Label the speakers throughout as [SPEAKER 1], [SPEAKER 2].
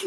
[SPEAKER 1] 그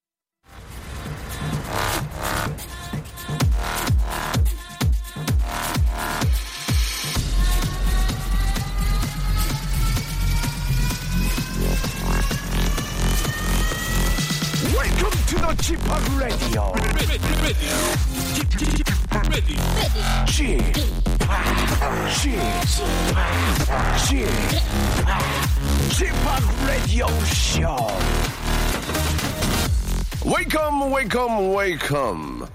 [SPEAKER 2] Welcome to the g p Radio. g p g p Radio Show.
[SPEAKER 3] 웨이컴 웨이컴 웨이컴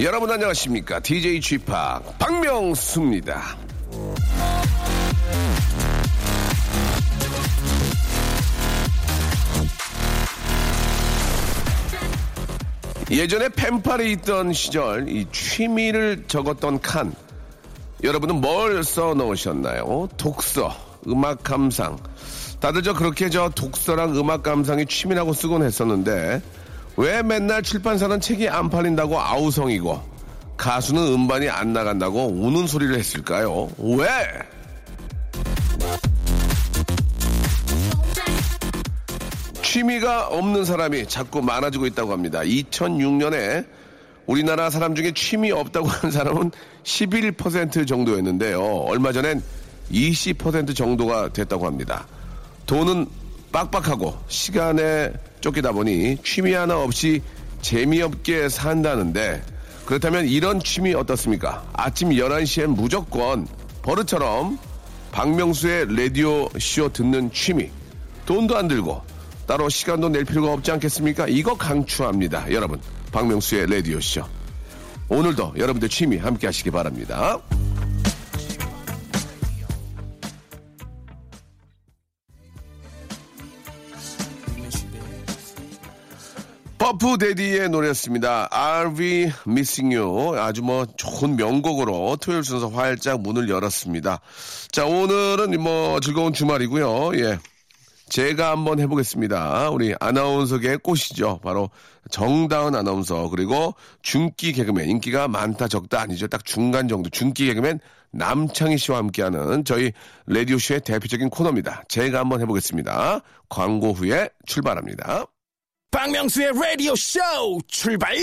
[SPEAKER 3] 여러분 안녕하십니까 DJ g p 박명수입니다 예전에 펜팔이 있던 시절 이 취미를 적었던 칸 여러분은 뭘 써 넣으셨나요? 어? 독서, 음악 감상. 다들 저 그렇게 저 독서랑 음악 감상이 취미라고 쓰곤 했었는데 왜 맨날 출판사는 책이 안 팔린다고 아우성이고 가수는 음반이 안 나간다고 우는 소리를 했을까요? 왜? 취미가 없는 사람이 자꾸 많아지고 있다고 합니다. 2006년에 우리나라 사람 중에 취미 없다고 하는 사람은 11% 정도였는데요. 얼마 전엔 20% 정도가 됐다고 합니다. 돈은 빡빡하고 시간에 쫓기다 보니 취미 하나 없이 재미없게 산다는데 그렇다면 이런 취미 어떻습니까? 아침 11시엔 무조건 버릇처럼 박명수의 라디오 쇼 듣는 취미 돈도 안 들고 따로 시간도 낼 필요가 없지 않겠습니까? 이거 강추합니다. 여러분, 박명수의 라디오쇼. 오늘도 여러분들 취미 함께 하시기 바랍니다. 버프 데디의 노래였습니다. Are We Missing You? 아주 뭐 좋은 명곡으로 토요일 순서 활짝 문을 열었습니다. 자, 오늘은 뭐 즐거운 주말이고요. 예. 제가 한번 해보겠습니다. 우리 아나운서계의 꽃이죠. 바로 정다은 아나운서 그리고 중기 개그맨 인기가 많다 적다 아니죠. 딱 중간 정도 중기 개그맨 남창희 씨와 함께하는 저희 라디오 쇼의 대표적인 코너입니다. 제가 한번 해보겠습니다. 광고 후에 출발합니다.
[SPEAKER 2] 박명수의 Radio Show 출발.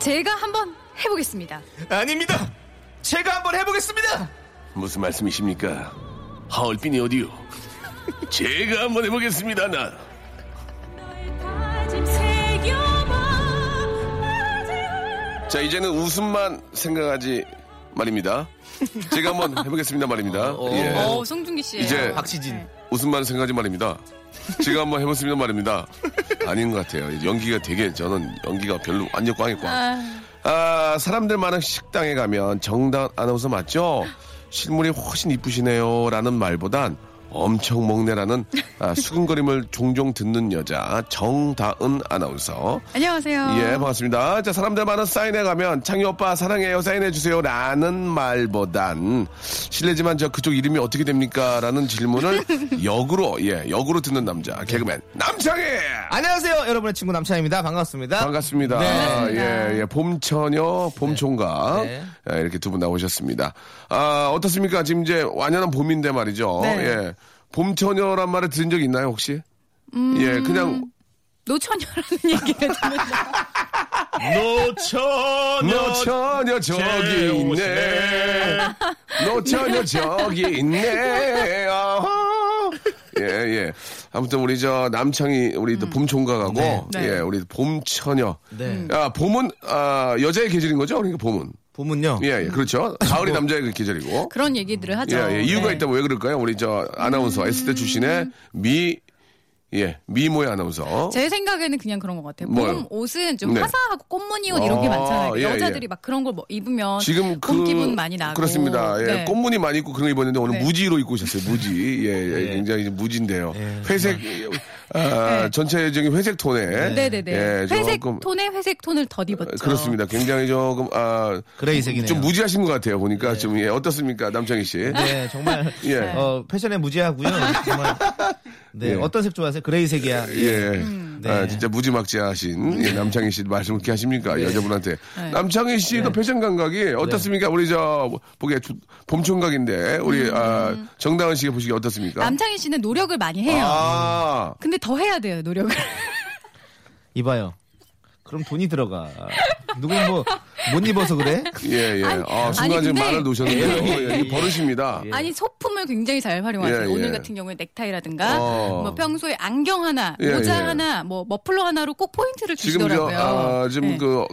[SPEAKER 4] 제가 한번 해보겠습니다.
[SPEAKER 5] 아닙니다. 제가 한번 해보겠습니다.
[SPEAKER 3] 무슨 말씀이십니까? 하얼빈이 어디요? 제가 한번 해보겠습니다. 나 자, 이제는 웃음만 생각하지 말입니다. 제가 한번 해보겠습니다 말입니다. 예.
[SPEAKER 4] 어 송중기 씨.
[SPEAKER 3] 이제
[SPEAKER 5] 박시진. 네.
[SPEAKER 3] 웃음만 생각하지 말입니다. 제가 한번 해봤습니다 말입니다. 아닌 것 같아요. 연기가 되게 저는 연기가 별로 완전 꽝이 꽝. 아 사람들 많은 식당에 가면 정당 아나운서 맞죠? 실물이 훨씬 이쁘시네요라는 말보단 엄청 먹네라는 아, 수근거림을 종종 듣는 여자 정다은 아나운서.
[SPEAKER 4] 안녕하세요.
[SPEAKER 3] 예, 반갑습니다. 자, 사람들 많은 사인회 가면 창희 오빠 사랑해요 사인해 주세요라는 말보단 실례지만 저 그쪽 이름이 어떻게 됩니까라는 질문을 역으로 예, 역으로 듣는 남자 개그맨 남창희.
[SPEAKER 5] 안녕하세요. 여러분의 친구 남창입니다. 반갑습니다.
[SPEAKER 3] 반갑습니다. 예, 예, 봄처녀, 봄총각.
[SPEAKER 5] 네.
[SPEAKER 3] 예, 이렇게 두 분 나오셨습니다. 아, 어떻습니까? 지금 이제 완연한 봄인데 말이죠.
[SPEAKER 4] 네.
[SPEAKER 3] 예. 봄처녀란 말을 들은 적 있나요, 혹시? 예, 그냥
[SPEAKER 4] 노처녀라는 얘기를 듣는다.
[SPEAKER 5] 노처녀.
[SPEAKER 3] 노처녀 저기 있네. 노처녀 저기 있네. 아하. 예, 예. 아무튼 우리 저 남창이 우리 또 봄총각하고
[SPEAKER 4] 네. 음.
[SPEAKER 3] 예, 우리 봄처녀.
[SPEAKER 5] 음. 네.
[SPEAKER 3] 아, 봄은 아, 여자의 계절인 거죠? 그러니까 봄은.
[SPEAKER 5] 봄은요. 음.
[SPEAKER 3] 예, 예. 그렇죠. 가을이 남자의 계절이고.
[SPEAKER 4] 그런 얘기들을 하죠.
[SPEAKER 3] 예, 예. 이유가
[SPEAKER 4] 네.
[SPEAKER 3] 있다면 왜 그럴까요? 우리 저 아나운서 S대 출신의 미 예, 미모의 아나운서.
[SPEAKER 4] 제 생각에는 그냥 그런 것 같아요.
[SPEAKER 3] 뭐요?
[SPEAKER 4] 봄 옷은 좀
[SPEAKER 3] 네.
[SPEAKER 4] 화사하고 꽃무늬 옷 이런 게
[SPEAKER 3] 아,
[SPEAKER 4] 많잖아요.
[SPEAKER 3] 예,
[SPEAKER 4] 여자들이
[SPEAKER 3] 예.
[SPEAKER 4] 막 그런 걸뭐 입으면
[SPEAKER 3] 지금 그
[SPEAKER 4] 어, 봄 기분 많이 나고
[SPEAKER 3] 그렇습니다. 예,
[SPEAKER 4] 네.
[SPEAKER 3] 꽃무늬 많이 입고 그런 거 입었는데 오늘
[SPEAKER 4] 네.
[SPEAKER 3] 무지로 입고 오셨어요. 무지. 예,
[SPEAKER 6] 네.
[SPEAKER 3] 예, 굉장히 이제 무지인데요. 회색 아,
[SPEAKER 4] 네.
[SPEAKER 3] 전체적인 회색 톤에
[SPEAKER 4] 네네네.
[SPEAKER 3] 예,
[SPEAKER 4] 회색
[SPEAKER 3] 조금-
[SPEAKER 4] 톤에 회색 톤을 덧입었죠.
[SPEAKER 3] 그렇습니다. 굉장히 조금 아,
[SPEAKER 6] 그레이색이네요.
[SPEAKER 3] 좀 무지하신 것 같아요. 보니까 좀 예, 어떻습니까, 남창희 씨?
[SPEAKER 6] 네, 정말
[SPEAKER 3] 예.
[SPEAKER 6] 어, 패션에 무지하고요. 정말 네,
[SPEAKER 3] 예.
[SPEAKER 6] 어떤 색 좋아하세요? 그레이색이야.
[SPEAKER 3] 예.
[SPEAKER 6] 네.
[SPEAKER 3] 아, 진짜 무지막지하신
[SPEAKER 4] 음.
[SPEAKER 3] 예, 남창희 씨 말씀을 그렇게 하십니까?
[SPEAKER 4] 네.
[SPEAKER 3] 여자분한테. 남창희 씨도 패션
[SPEAKER 6] 네.
[SPEAKER 3] 감각이 어떻습니까? 우리 저, 보기에 주- 봄총각인데, 우리 아, 정다은 씨가 보시기에 어떻습니까?
[SPEAKER 4] 음. 남창희 씨는 노력을 많이 해요.
[SPEAKER 3] 아,
[SPEAKER 4] 근데 더 해야 돼요 노력을.
[SPEAKER 6] 이봐요. 그럼 돈이 들어가. 누군 뭐 못 입어서 그래?
[SPEAKER 3] 예, 예. 아, 순간
[SPEAKER 4] 아니,
[SPEAKER 3] 지금
[SPEAKER 4] 근데-
[SPEAKER 3] 말을 놓으셨는데요. 예, 이 버릇입니다.
[SPEAKER 4] 아니 소품을 굉장히 잘 활용하세요.
[SPEAKER 3] 예, 예.
[SPEAKER 4] 오늘 같은 경우에 넥타이라든가
[SPEAKER 3] 어.
[SPEAKER 4] 뭐 평소에 안경 하나,
[SPEAKER 3] 예,
[SPEAKER 4] 모자
[SPEAKER 3] 예.
[SPEAKER 4] 하나, 뭐 머플러 하나로 꼭 포인트를
[SPEAKER 3] 지금 저,
[SPEAKER 4] 주시더라고요.
[SPEAKER 3] 아, 지금
[SPEAKER 4] 네.
[SPEAKER 3] 그,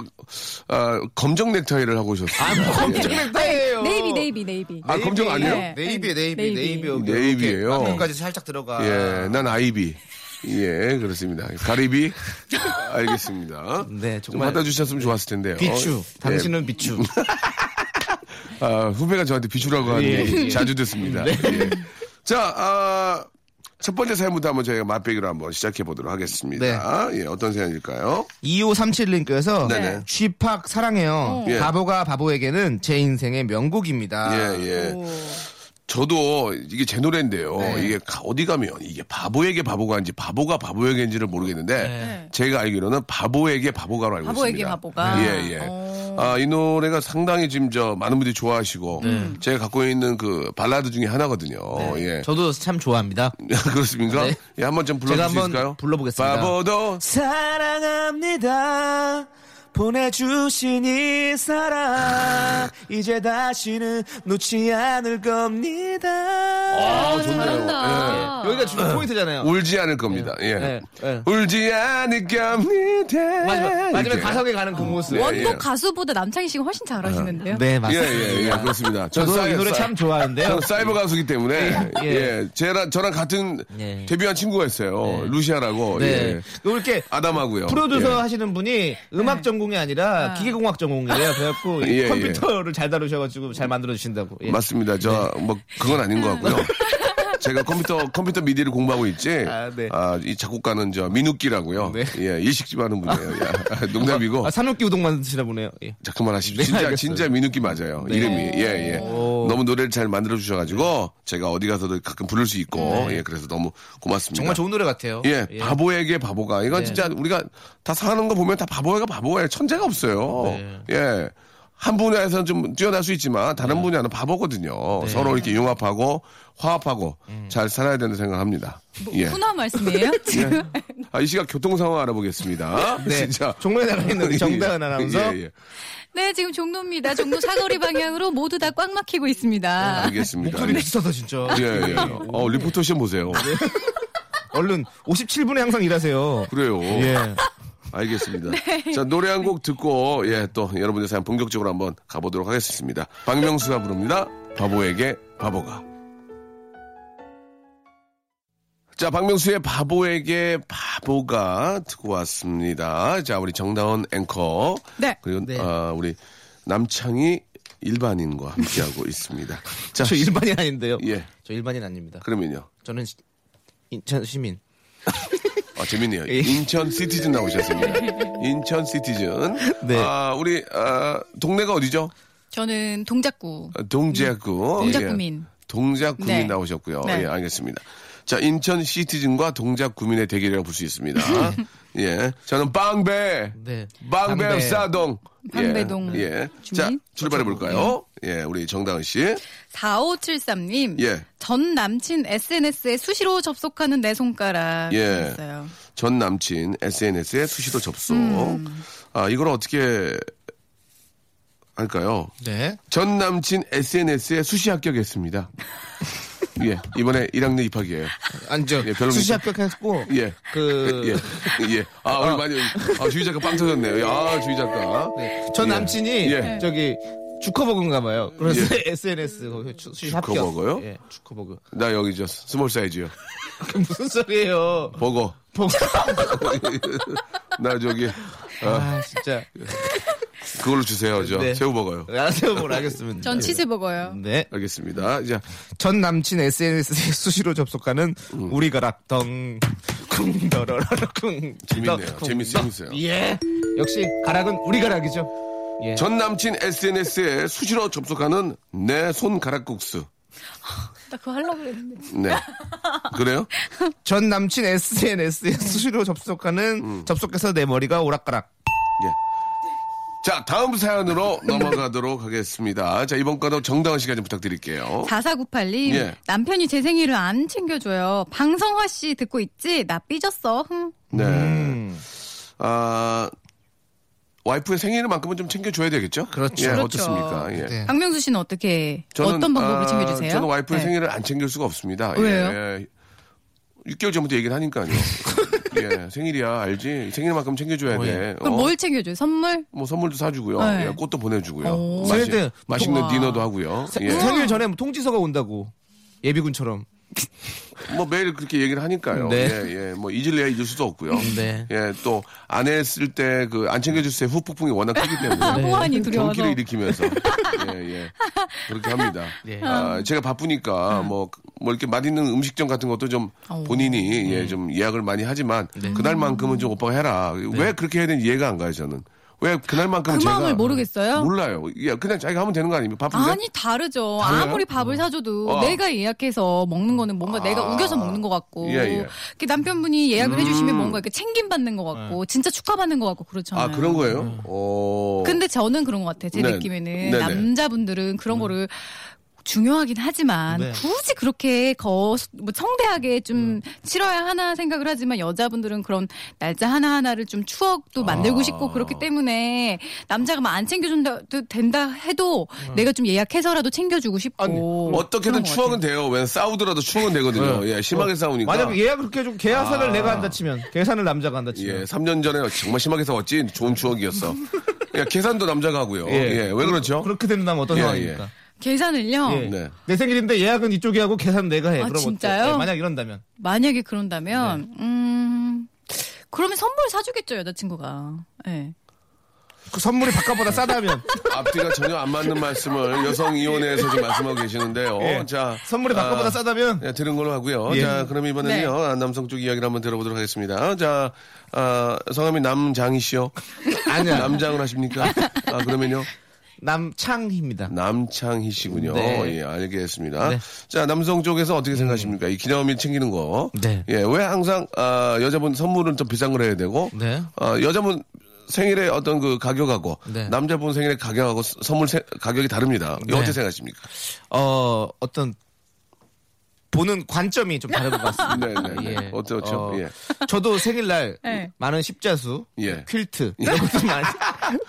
[SPEAKER 3] 아, 검정 넥타이를 하고 오셨어요.
[SPEAKER 6] 넥타이예요.
[SPEAKER 4] 네. 네이비 네이비 네이비.
[SPEAKER 3] 아, 검정 아니에요?
[SPEAKER 4] 네.
[SPEAKER 6] 네이비에 네이비
[SPEAKER 4] 네이비.
[SPEAKER 6] 네이비요.
[SPEAKER 3] 네이비예요?
[SPEAKER 6] 까지 살짝 들어가.
[SPEAKER 3] 예, 난 아이비. 예, 그렇습니다. 가리비? 알겠습니다.
[SPEAKER 6] 네,
[SPEAKER 3] 좀
[SPEAKER 6] 정말.
[SPEAKER 3] 받아주셨으면 좋았을 텐데요.
[SPEAKER 6] 비추.
[SPEAKER 3] 어,
[SPEAKER 6] 당신은 비추.
[SPEAKER 3] 예. 아, 후배가 저한테 비추라고 하는
[SPEAKER 6] 예,
[SPEAKER 3] 얘기
[SPEAKER 6] 예.
[SPEAKER 3] 자주 듣습니다. 예. 자, 아, 첫 번째 사연부터 한번 저희가 맛배기로 한번 시작해 보도록 하겠습니다. 예, 어떤 사연일까요?
[SPEAKER 6] 2537님께서
[SPEAKER 3] 네네.
[SPEAKER 6] 쥐팍 사랑해요.
[SPEAKER 3] 예.
[SPEAKER 6] 바보가 바보에게는 제 인생의 명곡입니다.
[SPEAKER 3] 예, 예. 저도 이게 제 노래인데요.
[SPEAKER 4] 네.
[SPEAKER 3] 이게 가- 어디 가면 이게 바보에게 바보가인지 바보가 바보에게인지를
[SPEAKER 6] 네.
[SPEAKER 3] 모르겠는데 제가 알기로는 바보에게 바보가로 알고
[SPEAKER 4] 네. 바보에게
[SPEAKER 3] 있습니다.
[SPEAKER 4] 바보가. 어.
[SPEAKER 3] 예, 예.
[SPEAKER 4] 오.
[SPEAKER 3] 아, 이 노래가 상당히 지금 저 많은 분들이 좋아하시고
[SPEAKER 6] 네.
[SPEAKER 3] 제가 갖고 있는 그 발라드 중에 하나거든요. 예.
[SPEAKER 6] 저도 참 좋아합니다.
[SPEAKER 3] 그렇습니까?
[SPEAKER 6] 네.
[SPEAKER 3] 예, 한번 좀 불러
[SPEAKER 6] 제가
[SPEAKER 3] 주실까요?
[SPEAKER 6] 한번 불러보겠습니다.
[SPEAKER 3] 바보도
[SPEAKER 6] 사랑합니다. 보내주신 이 사랑 이제 다시는 놓지 않을 겁니다.
[SPEAKER 3] 아, 좋네요. 예.
[SPEAKER 4] 잘한다.
[SPEAKER 6] 여기가 지금 포인트잖아요.
[SPEAKER 3] 울지 않을 겁니다. 예.
[SPEAKER 6] 예, 예.
[SPEAKER 3] 울지 않을 겁니다.
[SPEAKER 6] 네. 마지막 마지막에
[SPEAKER 3] 이렇게.
[SPEAKER 6] 가성에 가는 그 모습.
[SPEAKER 3] 원-
[SPEAKER 4] 원곡
[SPEAKER 3] 예, 예.
[SPEAKER 4] 가수보다 남창희 씨가 훨씬 잘하시는데요.
[SPEAKER 6] 네
[SPEAKER 3] 예,
[SPEAKER 6] 맞습니다.
[SPEAKER 3] 예, 예. 그렇습니다. 전
[SPEAKER 6] 저도 이
[SPEAKER 3] 싸요,
[SPEAKER 6] 노래
[SPEAKER 3] 싸요.
[SPEAKER 6] 참 좋아하는데요.
[SPEAKER 3] 저는 사이버 가수기 때문에 예,
[SPEAKER 6] 네. 예.
[SPEAKER 3] 제랑 저랑 같은
[SPEAKER 6] 예.
[SPEAKER 3] 데뷔한 친구가 있어요 루시아라고
[SPEAKER 6] 네.
[SPEAKER 3] 예.
[SPEAKER 6] 그리고 이렇게
[SPEAKER 3] 아담하고요
[SPEAKER 6] 프로듀서
[SPEAKER 3] 예.
[SPEAKER 6] 하시는 분이 음악 전공이 네. 아니라 기계공학 전공이래요. 그래갖고
[SPEAKER 3] 예, 예.
[SPEAKER 6] 컴퓨터를 잘 다루셔가지고 잘 만들어 주신다고. 예.
[SPEAKER 3] 맞습니다 저 뭐 그건 아닌 것 같고요 제가 컴퓨터 컴퓨터 미디를 공부하고 있지 아,
[SPEAKER 6] 아, 네.
[SPEAKER 3] 이 작곡가는 저 민욱기라고요
[SPEAKER 6] 네.
[SPEAKER 3] 예 일식집 하는 분이에요 야, 농담이고
[SPEAKER 6] 아, 산후기 우동 만드시나 보네요. 예.
[SPEAKER 3] 자, 그만하십시오.
[SPEAKER 6] 네,
[SPEAKER 3] 진짜,
[SPEAKER 6] 알겠어요.
[SPEAKER 3] 진짜 민욱기 맞아요.
[SPEAKER 6] 네.
[SPEAKER 3] 이름이. 예, 예.
[SPEAKER 6] 오.
[SPEAKER 3] 너무 노래를 잘 만들어주셔가지고, 제가 어디 가서도 가끔 부를 수 있고, 예, 그래서 너무 고맙습니다.
[SPEAKER 6] 네. 정말 좋은 노래 같아요.
[SPEAKER 3] 예, 바보에게 바보가.
[SPEAKER 6] 네.
[SPEAKER 3] 이건 진짜 우리가 다 사는 거 보면 다 바보에게 바보예요. 천재가 없어요.
[SPEAKER 6] 네.
[SPEAKER 3] 예. 한 분야에서는 좀 뛰어날 수 있지만
[SPEAKER 6] 네.
[SPEAKER 3] 다른 분야는 바보거든요. 서로 이렇게 융합하고 화합하고
[SPEAKER 6] 음.
[SPEAKER 3] 잘 살아야 된다고 생각합니다. 예.
[SPEAKER 4] 훈화 말씀이에요? 지금
[SPEAKER 3] 아, 이 시각 교통 상황 알아보겠습니다.
[SPEAKER 6] 네.
[SPEAKER 3] 진짜.
[SPEAKER 6] 종로에 나가 있는 우리 정다은 아나운서.
[SPEAKER 3] 예, 예.
[SPEAKER 4] 네 지금 종로입니다. 종로 사거리 방향으로 모두 다 꽉 막히고 있습니다.
[SPEAKER 3] 알겠습니다.
[SPEAKER 6] 목소리 어, 비슷하다 진짜.
[SPEAKER 3] 예, 예. 어, 리포터 시험 보세요.
[SPEAKER 6] 네. 얼른 57분에 항상 일하세요.
[SPEAKER 3] 그래요.
[SPEAKER 6] 예.
[SPEAKER 3] 알겠습니다.
[SPEAKER 6] 네.
[SPEAKER 3] 자, 노래 한 곡 듣고, 예, 또 여러분들 사연 본격적으로 한번 가보도록 하겠습니다. 박명수가 부릅니다. 바보에게 바보가. 자, 박명수의 바보에게 바보가 듣고 왔습니다. 자, 우리 정다운 앵커.
[SPEAKER 4] 네.
[SPEAKER 3] 그리고,
[SPEAKER 6] 네.
[SPEAKER 3] 아, 우리 남창희 일반인과 함께하고 있습니다. 자,
[SPEAKER 6] 저 일반인 아닌데요.
[SPEAKER 3] 예.
[SPEAKER 6] 저 일반인 아닙니다.
[SPEAKER 3] 그러면요.
[SPEAKER 6] 저는 시- 인천 시민.
[SPEAKER 3] 아, 재밌네요.
[SPEAKER 6] 예.
[SPEAKER 3] 인천 시티즌 나오셨습니다.
[SPEAKER 4] 네.
[SPEAKER 3] 인천 시티즌.
[SPEAKER 6] 네.
[SPEAKER 3] 아, 우리, 아, 동네가 어디죠?
[SPEAKER 4] 저는 동작구
[SPEAKER 3] 동작구.
[SPEAKER 4] 음. 동작구민.
[SPEAKER 3] 예. 동작구민
[SPEAKER 4] 네.
[SPEAKER 3] 나오셨고요.
[SPEAKER 4] 네.
[SPEAKER 3] 예, 알겠습니다. 자, 인천 시티즌과 동작구민의 대결이라고 볼 수 있습니다. 예. 저는 빵배.
[SPEAKER 6] 네.
[SPEAKER 3] 빵배
[SPEAKER 6] 빵배.
[SPEAKER 3] 사동.
[SPEAKER 4] 빵배동
[SPEAKER 3] 예. 예.
[SPEAKER 4] 주민?
[SPEAKER 3] 자,
[SPEAKER 4] 네.
[SPEAKER 3] 출발해 볼까요? 예, 우리 정다은 씨.
[SPEAKER 4] 4573님
[SPEAKER 3] 예.
[SPEAKER 4] 전 남친 SNS에 수시로 접속하는 내 손가락
[SPEAKER 3] 예.
[SPEAKER 4] 있어요.
[SPEAKER 3] 전 남친 SNS에 수시로 접속.
[SPEAKER 4] 음.
[SPEAKER 3] 아, 이걸 어떻게 할까요?
[SPEAKER 6] 네.
[SPEAKER 3] 전 남친 SNS에 수시 합격했습니다. 예, 이번에 1학년 입학이에요.
[SPEAKER 6] 아니 저
[SPEAKER 3] 예, 별로
[SPEAKER 6] 수시 합격했고
[SPEAKER 3] 예.
[SPEAKER 6] 그
[SPEAKER 3] 예, 예. 아, 오늘 많이, 아, 주희 작가 빵 터졌네요. 아, 주희 작가.
[SPEAKER 6] 네. 전 남친이
[SPEAKER 3] 예.
[SPEAKER 6] 저기 주커버그인가 봐요. 그래서 SNS 거기 주- 수입 합격.
[SPEAKER 3] 주커버그요?
[SPEAKER 6] 예, 주커버그.
[SPEAKER 3] 나 여기 저 스몰 사이즈요.
[SPEAKER 6] 그게 무슨 소리예요?
[SPEAKER 3] 버거.
[SPEAKER 6] 복-
[SPEAKER 3] 나 저기
[SPEAKER 6] 아 진짜.
[SPEAKER 3] 그걸로 주세요. 저
[SPEAKER 6] 네.
[SPEAKER 3] 새우 버거요.
[SPEAKER 6] 안녕하세요, 뭘 하겠습니다.
[SPEAKER 4] 전 치즈
[SPEAKER 3] 음.
[SPEAKER 4] 먹어요.
[SPEAKER 6] 네.
[SPEAKER 3] 알겠습니다. 이제
[SPEAKER 6] 전 남친 SNS에 수시로 접속하는
[SPEAKER 3] 음.
[SPEAKER 6] 우리가 락덩 쿵더러러러 쿵
[SPEAKER 3] 재밌네요.
[SPEAKER 6] 덩, 쿵,
[SPEAKER 3] 재밌-
[SPEAKER 6] 덩.
[SPEAKER 3] 재밌어요.
[SPEAKER 6] 예. 역시 가락은 우리가 락이죠. 예.
[SPEAKER 3] 전 남친 SNS에 수시로 접속하는 내 손가락국수.
[SPEAKER 4] 나 그거 하려고 그랬는데.
[SPEAKER 3] 네. 그래요?
[SPEAKER 6] 전 남친 SNS에 수시로 접속하는
[SPEAKER 3] 음.
[SPEAKER 6] 접속해서 내 머리가 오락가락.
[SPEAKER 3] 예. 자, 다음 사연으로 넘어가도록 하겠습니다. 자, 이번 거도 정다은 씨가 좀 부탁드릴게요.
[SPEAKER 4] 4498님,
[SPEAKER 3] 예.
[SPEAKER 4] 어? 남편이 제 생일을 안 챙겨줘요. 방성화 씨 듣고 있지? 나 삐졌어. 흠.
[SPEAKER 3] 네.
[SPEAKER 4] 음.
[SPEAKER 3] 아, 와이프의 생일만큼은 좀 챙겨줘야 되겠죠?
[SPEAKER 6] 그렇죠.
[SPEAKER 3] 예,
[SPEAKER 4] 그렇죠.
[SPEAKER 3] 어떻습니까? 예.
[SPEAKER 6] 네.
[SPEAKER 4] 박명수 씨는 어떻게, 어떤 방법으로
[SPEAKER 3] 아,
[SPEAKER 4] 챙겨주세요?
[SPEAKER 3] 저는 와이프의
[SPEAKER 4] 네.
[SPEAKER 3] 생일을 안 챙길 수가 없습니다.
[SPEAKER 4] 왜요?
[SPEAKER 3] 예. 6개월 전부터 얘기를 하니까요. 예, 생일이야, 알지? 생일만큼 챙겨줘야 돼.
[SPEAKER 4] 그럼
[SPEAKER 3] 어?
[SPEAKER 4] 뭘 챙겨줘요? 선물?
[SPEAKER 3] 뭐 선물도 사주고요.
[SPEAKER 4] 네. 어.
[SPEAKER 3] 예, 꽃도 보내주고요.
[SPEAKER 4] 오.
[SPEAKER 3] 마시,
[SPEAKER 6] 생일 때
[SPEAKER 3] 맛있는
[SPEAKER 4] 보통-
[SPEAKER 3] 디너도 하고요.
[SPEAKER 6] 세-
[SPEAKER 3] 예.
[SPEAKER 6] 생일 전에 뭐 통지서가 온다고 예비군처럼.
[SPEAKER 3] 뭐 매일 그렇게 얘기를 하니까요.
[SPEAKER 6] 네.
[SPEAKER 3] 예, 예. 뭐 잊을래야 잊을 수도 없고요.
[SPEAKER 6] 네.
[SPEAKER 3] 예, 또 안 했을 때 그 안 챙겨줄 때 후폭풍이 워낙 크기 때문에.
[SPEAKER 4] 호환이 네. 두려워서. 네.
[SPEAKER 3] 경기를 일으키면서 예, 예. 그렇게 합니다.
[SPEAKER 6] 예.
[SPEAKER 3] 아, 제가 바쁘니까
[SPEAKER 4] 음.
[SPEAKER 3] 뭐, 뭐 이렇게 맛있는 음식점 같은 것도 좀
[SPEAKER 4] 어.
[SPEAKER 3] 본인이
[SPEAKER 4] 네.
[SPEAKER 3] 예, 좀 예약을 많이 하지만 그날만큼은 좀 오빠가 해라. 왜 그렇게 해야 되는지 이해가 안 가요 저는. 왜 그날만큼은
[SPEAKER 4] 네. 그
[SPEAKER 3] 제가
[SPEAKER 4] 마음을 모르겠어요?
[SPEAKER 3] 몰라요. 예, 그냥 자기가 하면 되는 거 아닙니까? 바쁜데.
[SPEAKER 4] 아니 다르죠.
[SPEAKER 3] 달라요?
[SPEAKER 4] 아무리 밥을 사줘도
[SPEAKER 3] 어. 아.
[SPEAKER 4] 내가 예약해서 먹는 거는 뭔가 내가 우겨서 먹는 것 같고
[SPEAKER 3] 예, 예.
[SPEAKER 4] 이렇게 남편분이 예약을 해주시면 뭔가 이렇게 챙김 받는 것 같고 진짜 축하받는 것 같고 그렇잖아요.
[SPEAKER 3] 네. 아 그런 거예요? 어.
[SPEAKER 4] 음. 근데 저는 그런 것 같아요. 제
[SPEAKER 3] 네.
[SPEAKER 4] 느낌에는
[SPEAKER 3] 네네. 음.
[SPEAKER 4] 남자분들은 그런 거를 중요하긴 하지만
[SPEAKER 6] 네.
[SPEAKER 4] 굳이 그렇게 거 뭐 성대하게 좀
[SPEAKER 3] 음.
[SPEAKER 4] 치러야 하나 생각을 하지만 여자분들은 그런 날짜 하나 하나를 좀 추억도 만들고
[SPEAKER 3] 아.
[SPEAKER 4] 싶고 그렇기 때문에 남자가 막 안 챙겨준다 도 된다 해도
[SPEAKER 6] 음.
[SPEAKER 4] 내가 좀 예약해서라도 챙겨주고 싶고
[SPEAKER 3] 어떻게든
[SPEAKER 4] 그런 것
[SPEAKER 3] 추억은
[SPEAKER 4] 같아요.
[SPEAKER 3] 돼요. 왜 싸우더라도 추억은 되거든요. 예, 심하게 싸우니까.
[SPEAKER 6] 네. 어,
[SPEAKER 3] 아.
[SPEAKER 6] 만약 예약 그렇게 해주고 계산을 내가 한다 치면 계산을 남자가 한다 치면.
[SPEAKER 3] 예, 3년 전에 정말 심하게 싸웠지. 좋은 추억이었어. 야, 계산도 남자가 하고요. 예, 왜 그렇죠?
[SPEAKER 6] 그렇게 된다면 어떤
[SPEAKER 3] 예,
[SPEAKER 6] 상황입니까?
[SPEAKER 4] 계산을요.
[SPEAKER 6] 예.
[SPEAKER 3] 네.
[SPEAKER 6] 내 생일인데 예약은 이쪽이 하고 계산 내가 해.
[SPEAKER 4] 아,
[SPEAKER 6] 그럼 어때?
[SPEAKER 4] 진짜요?
[SPEAKER 6] 예, 만약 이런다면
[SPEAKER 4] 만약에 그런다면
[SPEAKER 3] 네.
[SPEAKER 4] 음 그러면 선물 사주겠죠 여자친구가. 예.
[SPEAKER 6] 그 선물이 바깥보다 싸다면
[SPEAKER 3] 앞뒤가 전혀 안 맞는 말씀을 여성위원회에서 지금 말씀하고 계시는데요. 어,
[SPEAKER 6] 예.
[SPEAKER 3] 자.
[SPEAKER 6] 선물이 바깥보다
[SPEAKER 3] 아,
[SPEAKER 6] 싸다면
[SPEAKER 3] 예, 들은 걸로 하고요.
[SPEAKER 6] 예.
[SPEAKER 3] 자, 그럼 이번에는요. 아, 남성 쪽 이야기를 한번 들어보도록 하겠습니다. 자, 아, 성함이 남장이 씨요.
[SPEAKER 6] 아니야.
[SPEAKER 3] 남장을 하십니까? 아, 그러면요.
[SPEAKER 6] 남창희입니다.
[SPEAKER 3] 남창희 씨군요.
[SPEAKER 6] 네.
[SPEAKER 3] 예, 알겠습니다.
[SPEAKER 6] 네.
[SPEAKER 3] 자, 남성 쪽에서 어떻게 생각하십니까? 이 기념일 챙기는 거.
[SPEAKER 6] 네.
[SPEAKER 3] 예, 왜 항상 아, 여자분 선물은 좀 비싼 걸 해야 되고,
[SPEAKER 6] 네.
[SPEAKER 3] 아, 여자분 생일에 어떤 그 가격하고
[SPEAKER 6] 네.
[SPEAKER 3] 남자분 생일에 가격하고 스- 선물 세- 가격이 다릅니다. 이거
[SPEAKER 6] 네.
[SPEAKER 3] 어떻게 생각하십니까?
[SPEAKER 6] 어 어떤 보는 관점이 좀 다른 것 같습니다.
[SPEAKER 3] 네, 네, 네. 어떻죠? 예.
[SPEAKER 6] 저도 생일날
[SPEAKER 4] 네.
[SPEAKER 6] 많은 십자수,
[SPEAKER 3] 예.
[SPEAKER 6] 퀼트 이런 것도 많이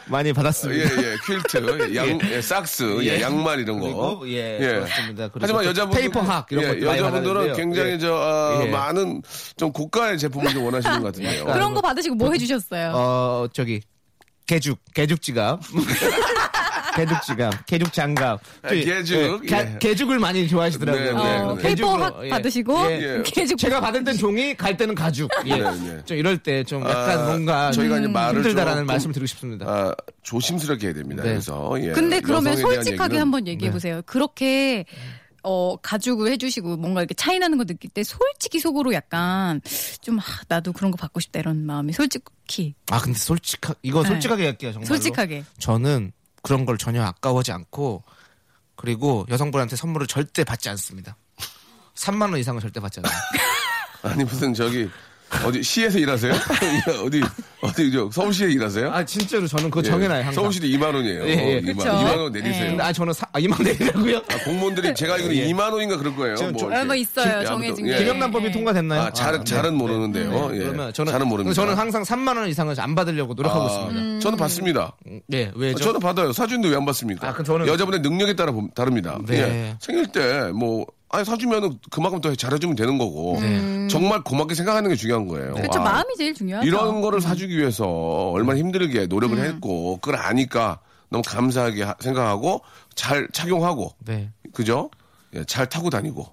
[SPEAKER 6] 많이
[SPEAKER 3] 예,
[SPEAKER 6] 받았습니다.
[SPEAKER 3] 예, 퀼트, 양, 예, 삭스, 예,
[SPEAKER 6] 예.
[SPEAKER 3] 양말 이런 거.
[SPEAKER 6] 그리고 예, 그렇습니다. 그리고
[SPEAKER 3] 하지만
[SPEAKER 6] 또
[SPEAKER 3] 여자분들
[SPEAKER 6] 페이퍼학 이런 것도 많이
[SPEAKER 3] 여자분들은
[SPEAKER 6] 받았는데요.
[SPEAKER 3] 굉장히
[SPEAKER 6] 예.
[SPEAKER 3] 저 아,
[SPEAKER 6] 예. 그렇죠.
[SPEAKER 3] 많은 좀 고가의 제품을 좀 원하시는 것 같은데요.
[SPEAKER 4] 그런 거 받으시고 뭐 해주셨어요?
[SPEAKER 3] 아,
[SPEAKER 6] 어 저기 개죽 개죽 지갑 개죽 지갑 개죽 장갑 또
[SPEAKER 3] 아, 개죽,
[SPEAKER 6] 예, 가-
[SPEAKER 3] 예.
[SPEAKER 6] 개죽을 많이 좋아하시더라고요.
[SPEAKER 3] 네, 네, 네.
[SPEAKER 4] 어, 페이퍼
[SPEAKER 6] 개죽으로,
[SPEAKER 4] 확
[SPEAKER 6] 예.
[SPEAKER 4] 받으시고
[SPEAKER 6] 예.
[SPEAKER 4] 계속
[SPEAKER 6] 제가 받을 땐 종이, 갈 때는 가죽. 예.
[SPEAKER 3] 네, 네.
[SPEAKER 6] 좀 이럴 때 좀 약간
[SPEAKER 3] 아,
[SPEAKER 6] 뭔가
[SPEAKER 3] 저희가 이제 말을
[SPEAKER 6] 힘들다라는
[SPEAKER 3] 조금-
[SPEAKER 6] 말씀을 드리고 싶습니다.
[SPEAKER 3] 아, 조심스럽게 해야 됩니다.
[SPEAKER 6] 네.
[SPEAKER 3] 그래서 예,
[SPEAKER 4] 근데 그러면
[SPEAKER 3] 여성에 대한
[SPEAKER 4] 솔직하게
[SPEAKER 3] 얘기는
[SPEAKER 4] 한번 얘기해 보세요. 그렇게 어 가죽을 해주시고 뭔가 이렇게 차이 나는 거 느낄 때 솔직히 속으로 약간 좀 아, 나도 그런 거 받고 싶다 이런 마음이 솔직히
[SPEAKER 6] 아 근데 솔직하 이거
[SPEAKER 4] 네.
[SPEAKER 6] 솔직하게 할게요 정말로.
[SPEAKER 4] 솔직하게
[SPEAKER 6] 저는 그런 걸 전혀 아까워하지 않고 그리고 여성분한테 선물을 절대 받지 않습니다. 3만 원 이상은 절대 받지 않아요.
[SPEAKER 3] 아니 무슨 저기 어디 시에서 일하세요? 어디 어디 저 서울시에 일하세요?
[SPEAKER 6] 아 진짜로 저는 그거
[SPEAKER 3] 예.
[SPEAKER 6] 정해놔요 항상.
[SPEAKER 3] 서울시도 2만 원이에요.
[SPEAKER 6] 예, 예.
[SPEAKER 3] 2만,
[SPEAKER 4] 그쵸.
[SPEAKER 3] 2만 원 내리세요.
[SPEAKER 4] 예.
[SPEAKER 6] 근데 아 저는 사, 아, 2만 내리라고요?
[SPEAKER 3] 공무원들이 제가 알기로
[SPEAKER 6] 예.
[SPEAKER 3] 2만 원인가 그럴 거예요.
[SPEAKER 6] 지금 좀-
[SPEAKER 3] 뭐
[SPEAKER 4] 얼마
[SPEAKER 3] 이렇게.
[SPEAKER 4] 있어요
[SPEAKER 3] 예, 아무튼,
[SPEAKER 4] 정해진 게
[SPEAKER 3] 예.
[SPEAKER 6] 김영란법이 통과됐나요?
[SPEAKER 3] 아, 잘,
[SPEAKER 6] 네.
[SPEAKER 3] 잘은 모르는데요. 예.
[SPEAKER 6] 그러면 저는
[SPEAKER 3] 잘은 모릅니다.
[SPEAKER 6] 저는 항상 3만 원 이상은 안 받으려고 노력하고
[SPEAKER 3] 아,
[SPEAKER 6] 있습니다.
[SPEAKER 4] 음.
[SPEAKER 3] 저는 받습니다.
[SPEAKER 6] 네, 왜죠?
[SPEAKER 3] 저는 받아요. 사주는데 왜 안 받습니까?
[SPEAKER 6] 아, 그럼 저는-
[SPEAKER 3] 여자분의 능력에 따라 보- 다릅니다.
[SPEAKER 6] 네.
[SPEAKER 3] 예. 생길 때 뭐. 아니 사주면은 그만큼 더 잘해주면 되는 거고
[SPEAKER 6] 네.
[SPEAKER 3] 정말 고맙게 생각하는 게 중요한 거예요.
[SPEAKER 4] 음. 그렇죠
[SPEAKER 3] 아,
[SPEAKER 4] 마음이 음. 제일 중요하죠.
[SPEAKER 3] 이런 거를 사주기 위해서 얼마나 힘들게 노력을 했고 그걸 아니까 너무 감사하게 하- 생각하고 잘 착용하고
[SPEAKER 6] 네.
[SPEAKER 3] 그죠? 예, 잘 타고 다니고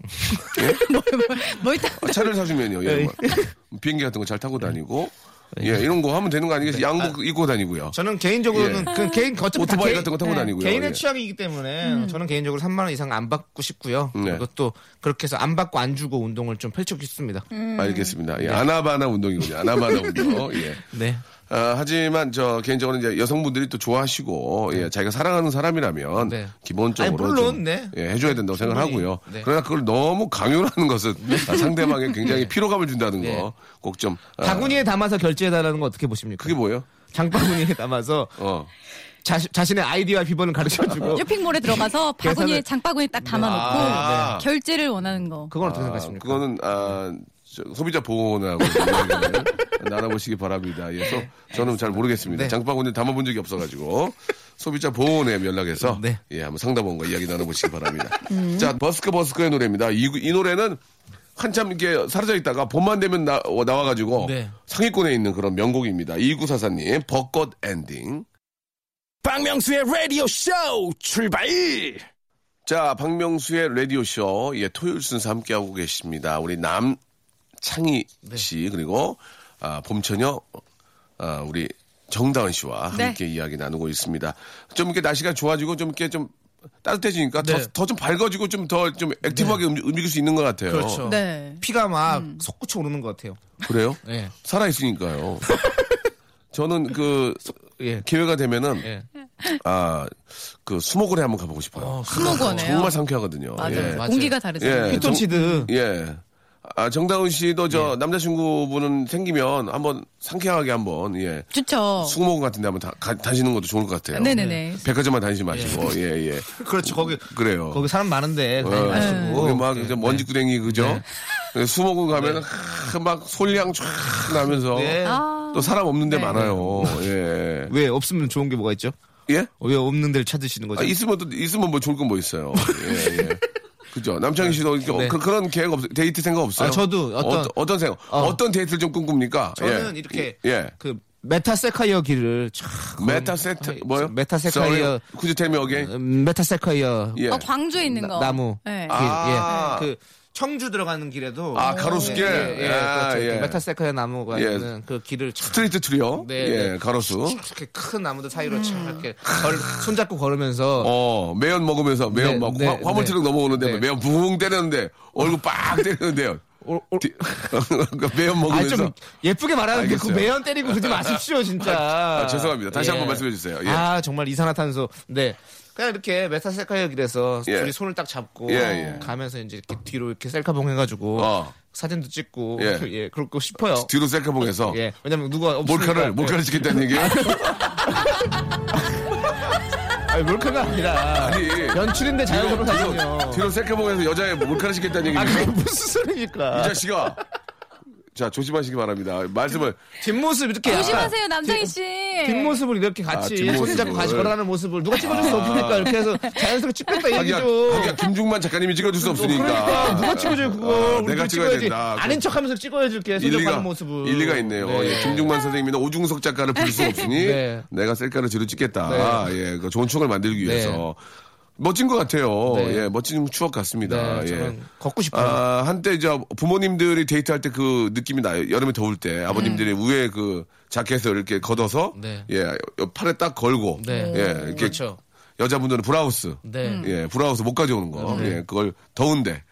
[SPEAKER 4] 뭘 다.
[SPEAKER 3] 아, 차를 사주면요. 예, 뭐. 비행기 같은 거 잘 타고 다니고
[SPEAKER 6] 네.
[SPEAKER 3] 예, 이런 거 하면 되는 거 아니겠어요? 양복 입고 다니고요.
[SPEAKER 6] 저는 개인적으로는 그 개인 어차피
[SPEAKER 3] 예.
[SPEAKER 6] 다
[SPEAKER 3] 오토바이
[SPEAKER 6] 개인-
[SPEAKER 3] 같은 거 타고 다니고요.
[SPEAKER 6] 개인의
[SPEAKER 3] 예.
[SPEAKER 6] 취향이기 때문에 저는 개인적으로 3만 원 이상 안 받고 싶고요.
[SPEAKER 3] 네.
[SPEAKER 6] 그것도 그렇게 해서 안 받고 안 주고 운동을 좀 펼치고 싶습니다.
[SPEAKER 3] 알겠습니다. 예, 아나바나 운동이군요. 아나바나 운동. 예.
[SPEAKER 6] 네.
[SPEAKER 3] 아, 하지만 저 개인적으로 이제 여성분들이 또 좋아하시고 예, 자기가 사랑하는 사람이라면
[SPEAKER 6] 네.
[SPEAKER 3] 기본적으로
[SPEAKER 6] 아니, 물론,
[SPEAKER 3] 좀,
[SPEAKER 6] 네.
[SPEAKER 3] 예, 해줘야 된다고 생각을
[SPEAKER 6] 충분히,
[SPEAKER 3] 하고요.
[SPEAKER 6] 네.
[SPEAKER 3] 그러나 그걸 너무 강요를 하는 것은 아, 상대방에 굉장히 피로감을 준다는
[SPEAKER 6] 네.
[SPEAKER 3] 거 꼭 좀
[SPEAKER 6] 바구니에 담아서 결제해달라는 거 어떻게 보십니까?
[SPEAKER 3] 그게 뭐예요?
[SPEAKER 6] 장바구니에 담아서
[SPEAKER 3] 어.
[SPEAKER 6] 자, 자신의 아이디와 비번을 가르쳐주고
[SPEAKER 4] 쇼핑몰에 들어가서 바구니에
[SPEAKER 6] 계산을-
[SPEAKER 4] 장바구니에 딱 담아놓고
[SPEAKER 3] 아, 네.
[SPEAKER 4] 결제를 원하는 거.
[SPEAKER 3] 아,
[SPEAKER 6] 그건 어떻게 생각하십니까? 네.
[SPEAKER 3] 그거는 아, 저, 소비자 보호원하고 연락을 나눠보시기 바랍니다. 예, 소, 저는 잘 모르겠습니다.
[SPEAKER 6] 네.
[SPEAKER 3] 장바구니 담아본 적이 없어가지고 소비자 보호원에 연락해서
[SPEAKER 6] 네. 음.
[SPEAKER 3] 예 한번 상담원과 이야기 나눠보시기 바랍니다. 자 버스커 버스커의 노래입니다. 이, 이 노래는 한참 이렇게 사라져 있다가 봄만 되면 나, 와가지고
[SPEAKER 6] 네.
[SPEAKER 3] 상위권에 있는 그런 명곡입니다. 이구사사님 벚꽃 엔딩.
[SPEAKER 2] 박명수의 라디오 쇼 출발!
[SPEAKER 3] 자, 박명수의 라디오쇼, 예, 토요일 순서 함께하고 계십니다. 우리 남창희
[SPEAKER 6] 네.
[SPEAKER 3] 씨, 그리고, 아, 봄처녀, 아, 우리 정다은 씨와
[SPEAKER 4] 네.
[SPEAKER 3] 함께 이야기 나누고 있습니다. 좀 이렇게 날씨가 좋아지고 좀 이렇게 좀 따뜻해지니까
[SPEAKER 6] 네.
[SPEAKER 3] 더 좀 밝아지고 좀 더 좀 액티브하게 음- 움직일 수 있는 것 같아요.
[SPEAKER 6] 그렇죠.
[SPEAKER 4] 네.
[SPEAKER 6] 피가 막 솟구쳐 오르는 것 같아요.
[SPEAKER 3] 래요
[SPEAKER 6] 예.
[SPEAKER 3] 살아있으니까요. 저는 그,
[SPEAKER 6] 예.
[SPEAKER 3] 기회가 되면은,
[SPEAKER 6] 예.
[SPEAKER 3] 아, 그 수목원에 한번 가보고 싶어요.
[SPEAKER 6] 아,
[SPEAKER 4] 수목원에요.
[SPEAKER 3] 정말 상쾌하거든요.
[SPEAKER 4] 맞아요.
[SPEAKER 3] 예.
[SPEAKER 6] 네. 맞아요.
[SPEAKER 4] 공기가 다르잖아요.
[SPEAKER 3] 예.
[SPEAKER 6] 네, 피톤치드.
[SPEAKER 3] 예. 아, 정다은 씨도
[SPEAKER 6] 예.
[SPEAKER 3] 저 남자친구분은 생기면 한번 상쾌하게 한번 예.
[SPEAKER 4] 좋죠.
[SPEAKER 3] 수목원 같은 데 한번 다, 가- 다니시는 것도 좋을 것 같아요.
[SPEAKER 4] 네네네.
[SPEAKER 3] 백화점만 다니지 마시고 예, 예.
[SPEAKER 6] 그렇죠. 거기
[SPEAKER 3] 그래요.
[SPEAKER 6] 거기 사람 많은데
[SPEAKER 3] 어,
[SPEAKER 6] 다니지 마시고. 네.
[SPEAKER 3] 거기 막 이제 먼지구덩이 그죠? 수목원 가면 은막 솔량 쫙 나면서
[SPEAKER 6] 네.
[SPEAKER 3] 또 사람 없는
[SPEAKER 4] 네.
[SPEAKER 3] 데 많아요. 예.
[SPEAKER 6] 왜 없으면 좋은 게 뭐가 있죠?
[SPEAKER 3] 예?
[SPEAKER 6] 왜 없는 데를 찾으시는 거죠?
[SPEAKER 3] 아, 있으면 또 있으면 뭐 좋을 건 뭐 있어요. 예, 예. 그죠? 남창희 씨도 이렇게
[SPEAKER 6] 네.
[SPEAKER 3] 그, 그런 계획 없어요? 데이트 생각 없어요?
[SPEAKER 6] 아, 저도 어떤-
[SPEAKER 3] 어, 떤 생각? 어. 떤 데이트를 좀 꿈꿉니까?
[SPEAKER 6] 저는
[SPEAKER 3] 예.
[SPEAKER 6] 이렇게
[SPEAKER 3] 예.
[SPEAKER 6] 그 메타 세카이어 길을 촥
[SPEAKER 3] 메타 세트 뭐요?
[SPEAKER 6] 메타 세카이어
[SPEAKER 3] 쿠즈 텔미 어게인.
[SPEAKER 6] 음, 메타 세카이어
[SPEAKER 3] 예.
[SPEAKER 4] 어, 광주에 있는 거.
[SPEAKER 6] 나, 무
[SPEAKER 4] 네.
[SPEAKER 6] 길,
[SPEAKER 3] 아.
[SPEAKER 6] 예. 그 청주 들어가는 길에도
[SPEAKER 3] 아, 가로수길?
[SPEAKER 6] 예, 예, 예,
[SPEAKER 3] 아,
[SPEAKER 6] 그렇죠.
[SPEAKER 3] 예.
[SPEAKER 6] 메타 세카이어 나무가
[SPEAKER 3] 예.
[SPEAKER 6] 있는 그 길을 촥
[SPEAKER 3] 스트리트 트리오.
[SPEAKER 6] 네,
[SPEAKER 3] 예.
[SPEAKER 6] 네.
[SPEAKER 3] 가로수.
[SPEAKER 6] 이렇게 큰 나무들 사이로 촥 이렇게 걸, 손잡고 걸으면서
[SPEAKER 3] 어, 매연 먹으면서 매연
[SPEAKER 6] 네,
[SPEAKER 3] 막
[SPEAKER 6] 네,
[SPEAKER 3] 화- 화물
[SPEAKER 6] 네.
[SPEAKER 3] 트럭 넘어오는데
[SPEAKER 6] 네.
[SPEAKER 3] 매연 붕 때리는데 얼굴 빡 때리는데요.
[SPEAKER 6] 올- 올-
[SPEAKER 3] 디- 그 매연
[SPEAKER 6] 아니
[SPEAKER 3] 먹으면서.
[SPEAKER 6] 좀 예쁘게 말하는데 그
[SPEAKER 3] 알겠어요.
[SPEAKER 6] 매연 때리고 그러지 마십시오 진짜.
[SPEAKER 3] 아, 죄송합니다. 다시 한번 말씀해 주세요. 예.
[SPEAKER 6] 아 정말 이산화탄소. 네. 그냥 이렇게 메타셀카이어 길에서
[SPEAKER 3] 예.
[SPEAKER 6] 둘이 손을 딱 잡고
[SPEAKER 3] 예, 예.
[SPEAKER 6] 가면서 이제 이렇게 뒤로 이렇게 셀카봉 해가지고
[SPEAKER 3] 어.
[SPEAKER 6] 사진도 찍고
[SPEAKER 3] 예.
[SPEAKER 6] 예, 그럴고 싶어요.
[SPEAKER 3] 뒤로 셀카봉에서
[SPEAKER 6] 예. 왜냐면 누가 없으니까. 예.
[SPEAKER 3] 몰카를 몰카를 찍겠다는 얘기예요.
[SPEAKER 6] 아니 몰카가 아니라
[SPEAKER 3] 아니.
[SPEAKER 6] 연출인데 자연스러운 사진이요.
[SPEAKER 3] 뒤로, 뒤로 셀카봉에서 여자의 뭐 몰카를 찍겠다는
[SPEAKER 6] 아 그게
[SPEAKER 3] 얘기예요.
[SPEAKER 6] 무슨 소리입니까?
[SPEAKER 3] 이 자식아. 자, 조심하시기 바랍니다. 말씀을.
[SPEAKER 6] 뒷모습 이렇게
[SPEAKER 4] 조심하세요,
[SPEAKER 6] 약간
[SPEAKER 4] 남창희 씨.
[SPEAKER 6] 뒷- 뒷모습을 이렇게
[SPEAKER 3] 아,
[SPEAKER 6] 같이
[SPEAKER 3] 뒷모습을. 아.
[SPEAKER 6] 손잡고 같이 걸어가는 모습을 누가 찍어줄 수 없으니까 이렇게 해서 자연스럽게 찍겠다 얘기
[SPEAKER 3] 하기야,
[SPEAKER 6] 좀.
[SPEAKER 3] 하기야, 김중만 작가님이 찍어줄 수 없으니까.
[SPEAKER 6] 아, 그러니까 누가 찍어줘요 그거
[SPEAKER 3] 아, 내가 찍어야 된다.
[SPEAKER 6] 아닌 척하면서 찍어야줄게
[SPEAKER 3] 일리가,
[SPEAKER 6] 손잡는 모습을
[SPEAKER 3] 일리가 있네요.
[SPEAKER 6] 네.
[SPEAKER 3] 예, 김중만 선생님이나 오중석 작가를 부를 수 없으니
[SPEAKER 6] 네.
[SPEAKER 3] 내가 셀카를 뒤로 찍겠다. 예, 그 좋은 추억을 만들기
[SPEAKER 6] 네.
[SPEAKER 3] 위해서. 멋진 것 같아요.
[SPEAKER 6] 네.
[SPEAKER 3] 예, 멋진 추억 같습니다.
[SPEAKER 6] 네, 저는
[SPEAKER 3] 예.
[SPEAKER 6] 걷고 싶어요
[SPEAKER 3] 아, 한때 이제 부모님들이 데이트할 때 그 느낌이 나요. 여름에 더울 때 아버님들이 위에 그 자켓을 이렇게 걷어서
[SPEAKER 6] 음. 네.
[SPEAKER 3] 예, 팔에 딱 걸고
[SPEAKER 6] 네.
[SPEAKER 3] 예, 이렇게
[SPEAKER 6] 그렇죠
[SPEAKER 3] 여자분들은 브라우스
[SPEAKER 6] 네
[SPEAKER 4] 음.
[SPEAKER 3] 예, 브라우스 못 가져오는 거. 예,
[SPEAKER 6] 네.
[SPEAKER 3] 그걸 더운데.